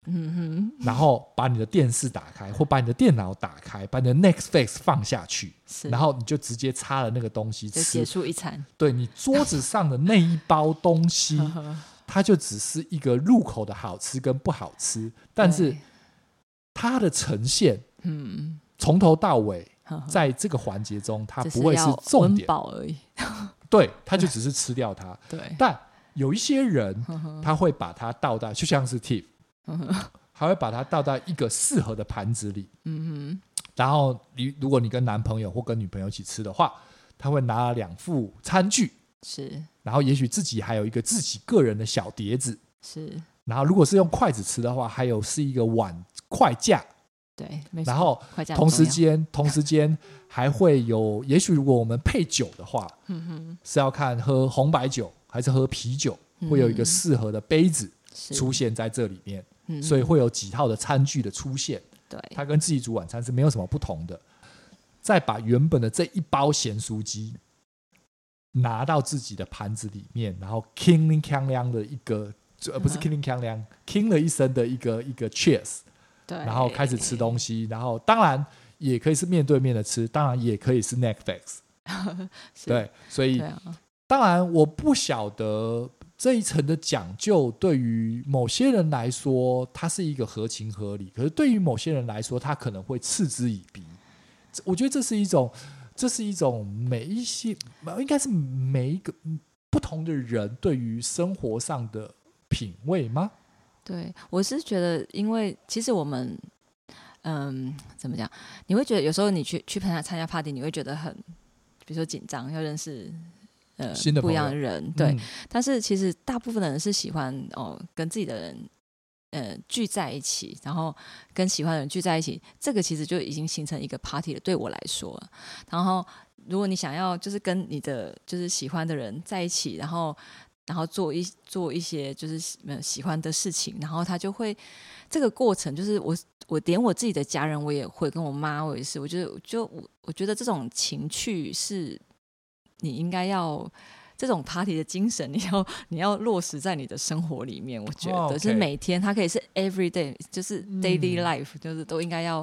嗯哼，然后把你的电视打开，或把你的电脑打开，把你的 Netflix 放下去，是，然后你就直接插了那个东西就结吃。束一餐，对你桌子上的那一包东西， 呵呵它就只是一个入口的好吃跟不好吃，但是对它的呈现嗯，从头到尾，呵呵在这个环节中，它就啊不会要重温点，饱而已，对，它就只是吃掉它。对，但有一些人，呵呵他会把它倒到，就像是 Tiff， 呵呵还会把它倒到一个适合的盘子里，嗯然后你如果你跟男朋友或跟女朋友一起吃的话，他会拿两副餐具，哼，是然后也许自己还有一个自己个人的小碟子，是，然后如果是用筷子吃的话，还有是一个碗筷架，对，没错，然后快加同时，间 同时间还会有，也许如果我们配酒的话，嗯哼，是要看喝红白酒还是喝啤酒，嗯会有一个适合的杯子是出现在这里面，嗯所以会有几套的餐具的出现。对，它跟自己煮晚餐是没有什么不同的。再把原本的这一包咸酥鸡拿到自己的盘子里面，然后 king 铃锵亮的一个，呃，不是嗯 king 铃锵亮，king 了一声的一个一个 cheers，对，然后开始吃东西，然后当然也可以是面对面的吃，当然也可以是 Netflix， 是，对，所以对啊，当然，我不晓得这一层的讲究对于某些人来说，它是一个合情合理；可是对于某些人来说，他可能会嗤之以鼻。这我觉得这是一种，这是一种每一些，应该是每一个不同的人对于生活上的品味吗？对，我是觉得，因为其实我们，嗯，怎么讲？你会觉得有时候你去去参加参加 party，你会觉得很，比如说紧张，要认识呃新的不朋一样友的人，对。嗯但是其实大部分的人是喜欢哦跟自己的人。呃，聚在一起，然后跟喜欢的人聚在一起，这个其实就已经形成一个 party 了。对我来说了，然后如果你想要就是跟你的就是喜欢的人在一起，然后然后做一做一些就是喜呃喜欢的事情，然后他就会这个过程就是我我连我自己的家人我也会跟我妈我也是，我觉得就我我觉得这种情趣是你应该要。这种 party 的精神，你要你要落实在你的生活里面。我觉得、哦，OK 就是每天，它可以是 every day，就是嗯 daily life，、就是都应该要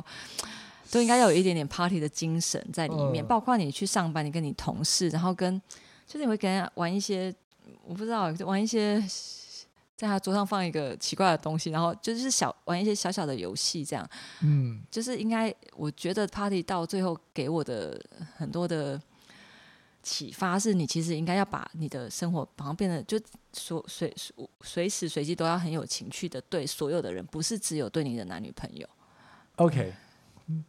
都应该要有一点点 party 的精神在里嗯面。包括你去上班，你跟你同事，然后跟就是你会跟人家玩一些，我不知道玩一些在他桌上放一个奇怪的东西，然后就是小玩一些小小的游戏，这样嗯，就是应该我觉得 party 到最后给我的很多的。启发是你其实应该要把你的生活好像变得就所随随随时随地都要很有情趣的对所有的人，不是只有对你的男女朋友。 OK，嗯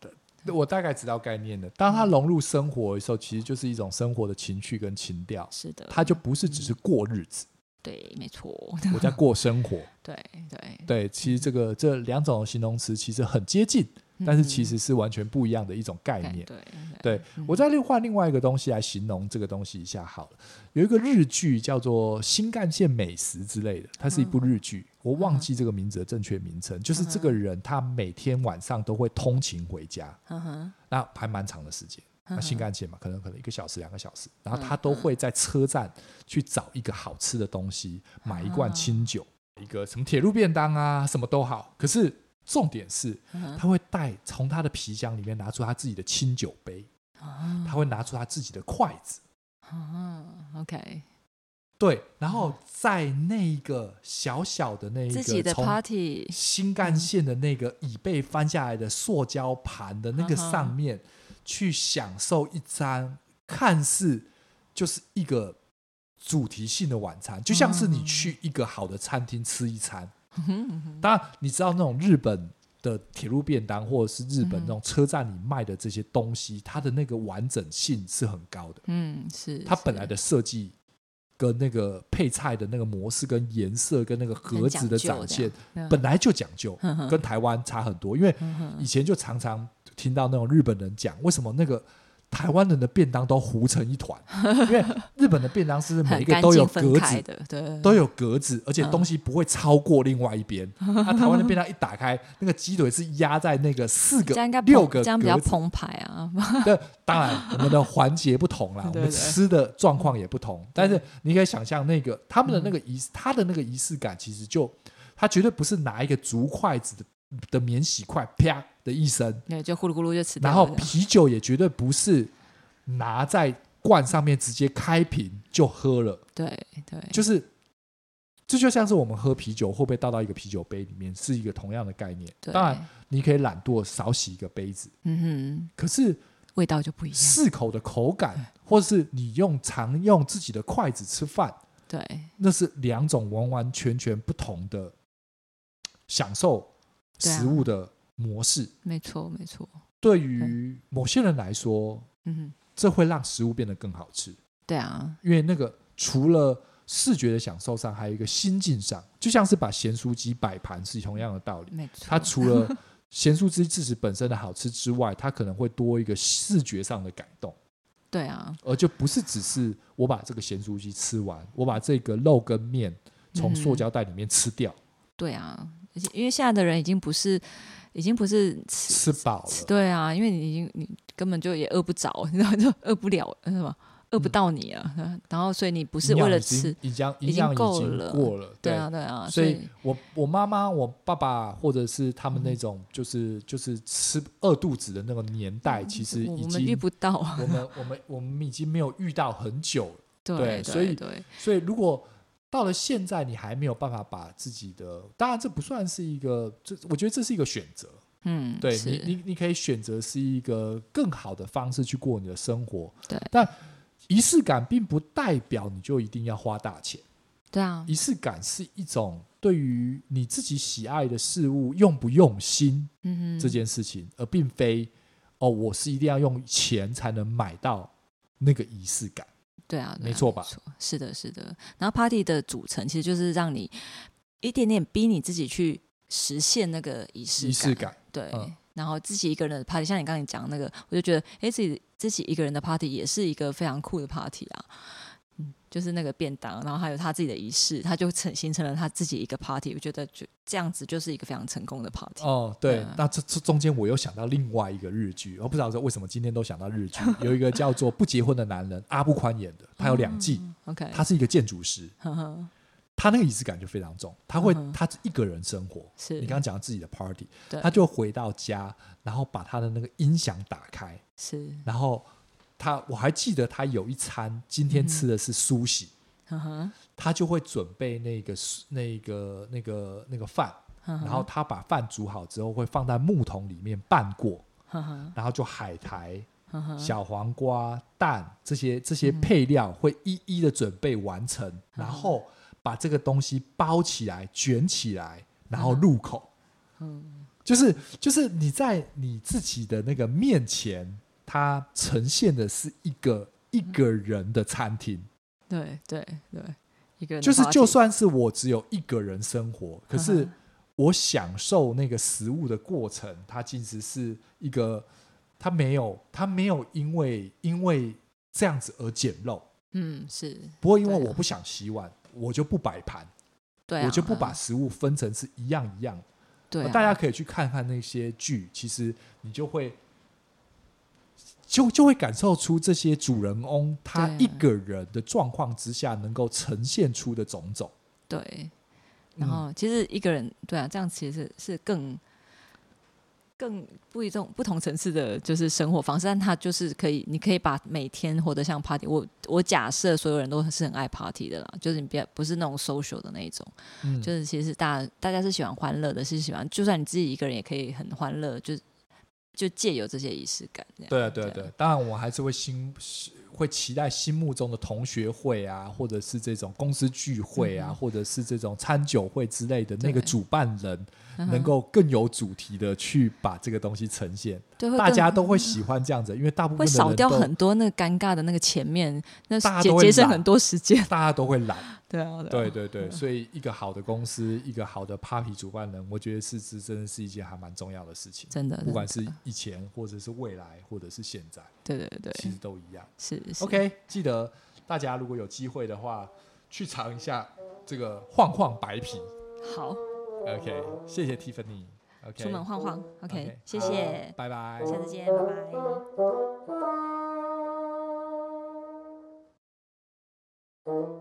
我大概知道概念的。当嗯它融入生活的时候，其实就是一种生活的情趣跟情调，是的，它就不是只是嗯过日子，对，没错，我在过生 活。对对对，其实这个这两种形容词其实很接近，嗯但是其实是完全不一样的一种概概念。嗯对嗯对我再另换另外一个东西来形容这个东西一下好了，有一个日剧叫做《新干线美食》之类的，它是一部嗯日剧，我忘记这个名字的正确名称，就是这个人他每天晚上都会通勤回家，嗯哼，那还蛮长的时间。那嗯新干线嘛，可能可能一个小时、两个小时，然后他都会在车站去找一个好吃的东西，嗯买一罐清酒，一个什么铁路便当啊，什么都好。可是重点是，嗯哼他会带从他的皮箱里面拿出他自己的清酒杯，啊他会拿出他自己的筷子，啊，OK，对，然后在那一个小小的那一自己个的从 party 新干线的那个椅背翻下来的塑胶盘的那个上面，去享受一张看似就是一个主题性的晚餐，就像是你去一个好的餐厅吃一餐。当然，你知道那种日本的铁路便当，或者是日本那种车站里卖的这些东西，它的那个完整性是很高的。嗯，是它本来的设计跟那个配菜的那个模式、跟颜色、跟那个盒子的展现，本来就讲究，跟台湾差很多。因为以前就常常听到那种日本人讲，为什么那个台湾人的便当都糊成一团？因为日本的便当是每一个都有格子，的，对，都有格子，而且东西不会超过另外一边。那、台湾的便当一打开，那个鸡腿是压在那个四这样应个该、六个这样比较格子。澎湃啊， 对，当然我们的环节不同啦，我对们对吃的状况也不同，但是你可以想象那个他们的那个仪，他的那个仪式感，其实就他绝对不是拿一个竹筷子的的免洗筷啪的一声，对，就呼噜呼噜就吃掉然了。后啤酒也绝对不是拿在罐上面直接开瓶就喝了，对对，就是。这就像是我们喝啤酒，会不会倒到一个啤酒杯里面，是一个同样的概念。对当然，，你可以懒惰少洗一个杯子，嗯可是哼，味道就不一样。适口的口感，或是你用常用自己的筷子吃饭，对，那是两种完完全全不同的享受对啊食物的模式。没错没错，对于某些人来说，嗯哼，这会让食物变得更好吃，对啊，因为那个除了视觉的享受上，还有一个心境上，就像是把咸酥鸡摆盘是同样的道理。没错。它除了咸酥鸡自己本身的好吃之外，它可能会多一个视觉上的感动。对啊，而就不是只是我把这个咸酥鸡吃完，我把这个肉跟面从塑胶袋里面吃掉，对啊，而且因为现在的人已经不是，已经不是吃，吃饱了。对啊，因为你已经你根本就也饿不着， 你知道就饿不了，呃什么饿不到你啊。然后所以你不是营养为了已经吃，，已经已经营养已够经了过了，对啊对啊，所所以我我妈妈、我爸爸，或者是他们那种就是就是吃饿肚子的那个年代，其实我已嗯我们遇经不到 啊。我们我们我们已经没有遇到很久了。对对所以对所以如果到了现在，你还没有办法把自己的，当然这不算是一个，这我觉得这是一个选择，嗯，对是你，你你可以选择是一个更好的方式去过你的生活。对但仪式感并不代表你就一定要花大钱，对啊，仪式感是一种对于你自己喜爱的事物用不用心嗯哼，这件事情，而并非哦，我是一定要用钱才能买到那个仪式感。对啊，对没啊错吧？是的，是的。然后 party 的组成其实就是让你一点点逼你自己去实现那个仪式仪式感，对。嗯然后自己一个人的 party，像你刚才讲那个，我就觉得，哎，自己自己一个人的 party 也是一个非常酷的 party 啊。嗯，就是那个便当，然后还有他自己的仪式，他就成形成了他自己一个 party。我觉得就这样子就是一个非常成功的 party。哦，对，嗯那这这中间我又想到另外一个日剧，我不知道为什么今天都想到日剧，有一个叫做《不结婚的男人》，阿布宽演的，他有两 季， OK，他是一个建筑师，呵呵他那个仪式感就非常重，他会、嗯哼他一个人生活。是你刚刚讲自己的 party，对他就回到家，然后把他的那个音响打开，是，然后他我还记得他有一餐今天吃的是苏喜，呵呵他就会准备那个 s- 那个那个那个饭，嗯哼然后他把饭煮好之后会放在木桶里面拌过，呵呵然后就海苔、呵呵小黄瓜、蛋这些这些配料会一一的准备完成，然后把这个东西包起来、卷起来，然后入口。嗯，就是就是你在你自己的那个面前，它呈现的是一个一个人的餐厅。对对对，一个人的就是就 party 算是我只有一个人生活，可是嗯哼我享受那个食物的过程，它其实是一个，它没有，它没有因为因为这样子而简陋，嗯是不会因为对啊我不想洗碗，我就不摆盘，对、啊，我就不把嗯食物分成是一样一样。对、啊、大家可以去看看那些剧，其实你就会。就就会感受出这些主人翁他对啊一个人的状况之下能够呈现出的种种，对，嗯然后其实一个人对啊，这样其实是更更不一种不同层次的，就是生活方式，但他就是可以，你可以把每天活得像 party 我。我假设所有人都是很爱 party 的啦，就是你不要不是那种 social 的那一种，嗯就是其实大家大家是喜欢欢乐的，是喜欢，就算你自己一个人也可以很欢乐，就就借由这些仪式感这样。啊对啊，对啊，对啊，当然我还是会欣，会期待心目中的同学会啊，或者是这种公司聚会啊，或者是这种餐酒会之类的，那个嗯对主办人嗯哼能够更有主题的去把这个东西呈现，对，会大更家都会喜欢这样子，因为大部会分的少人掉都很多那个尴尬的那个前面，那大家节都会节省懒很多时间。大家都会懒。对啊，啊对对对，所以一个好的公司，一个好的 Papi 主办人，我觉得是是真的是一件还蛮重要的事情。真的，不管真是的以前，或者是未来，或者是现在，对对对，其实都一样。是是 OK，记得大家如果有机会的话，去尝一下这个晃晃白啤。好， OK，谢谢 Tiffany。OK，出门晃晃，OK，谢好谢，拜拜。下次见，拜拜。 Thank you.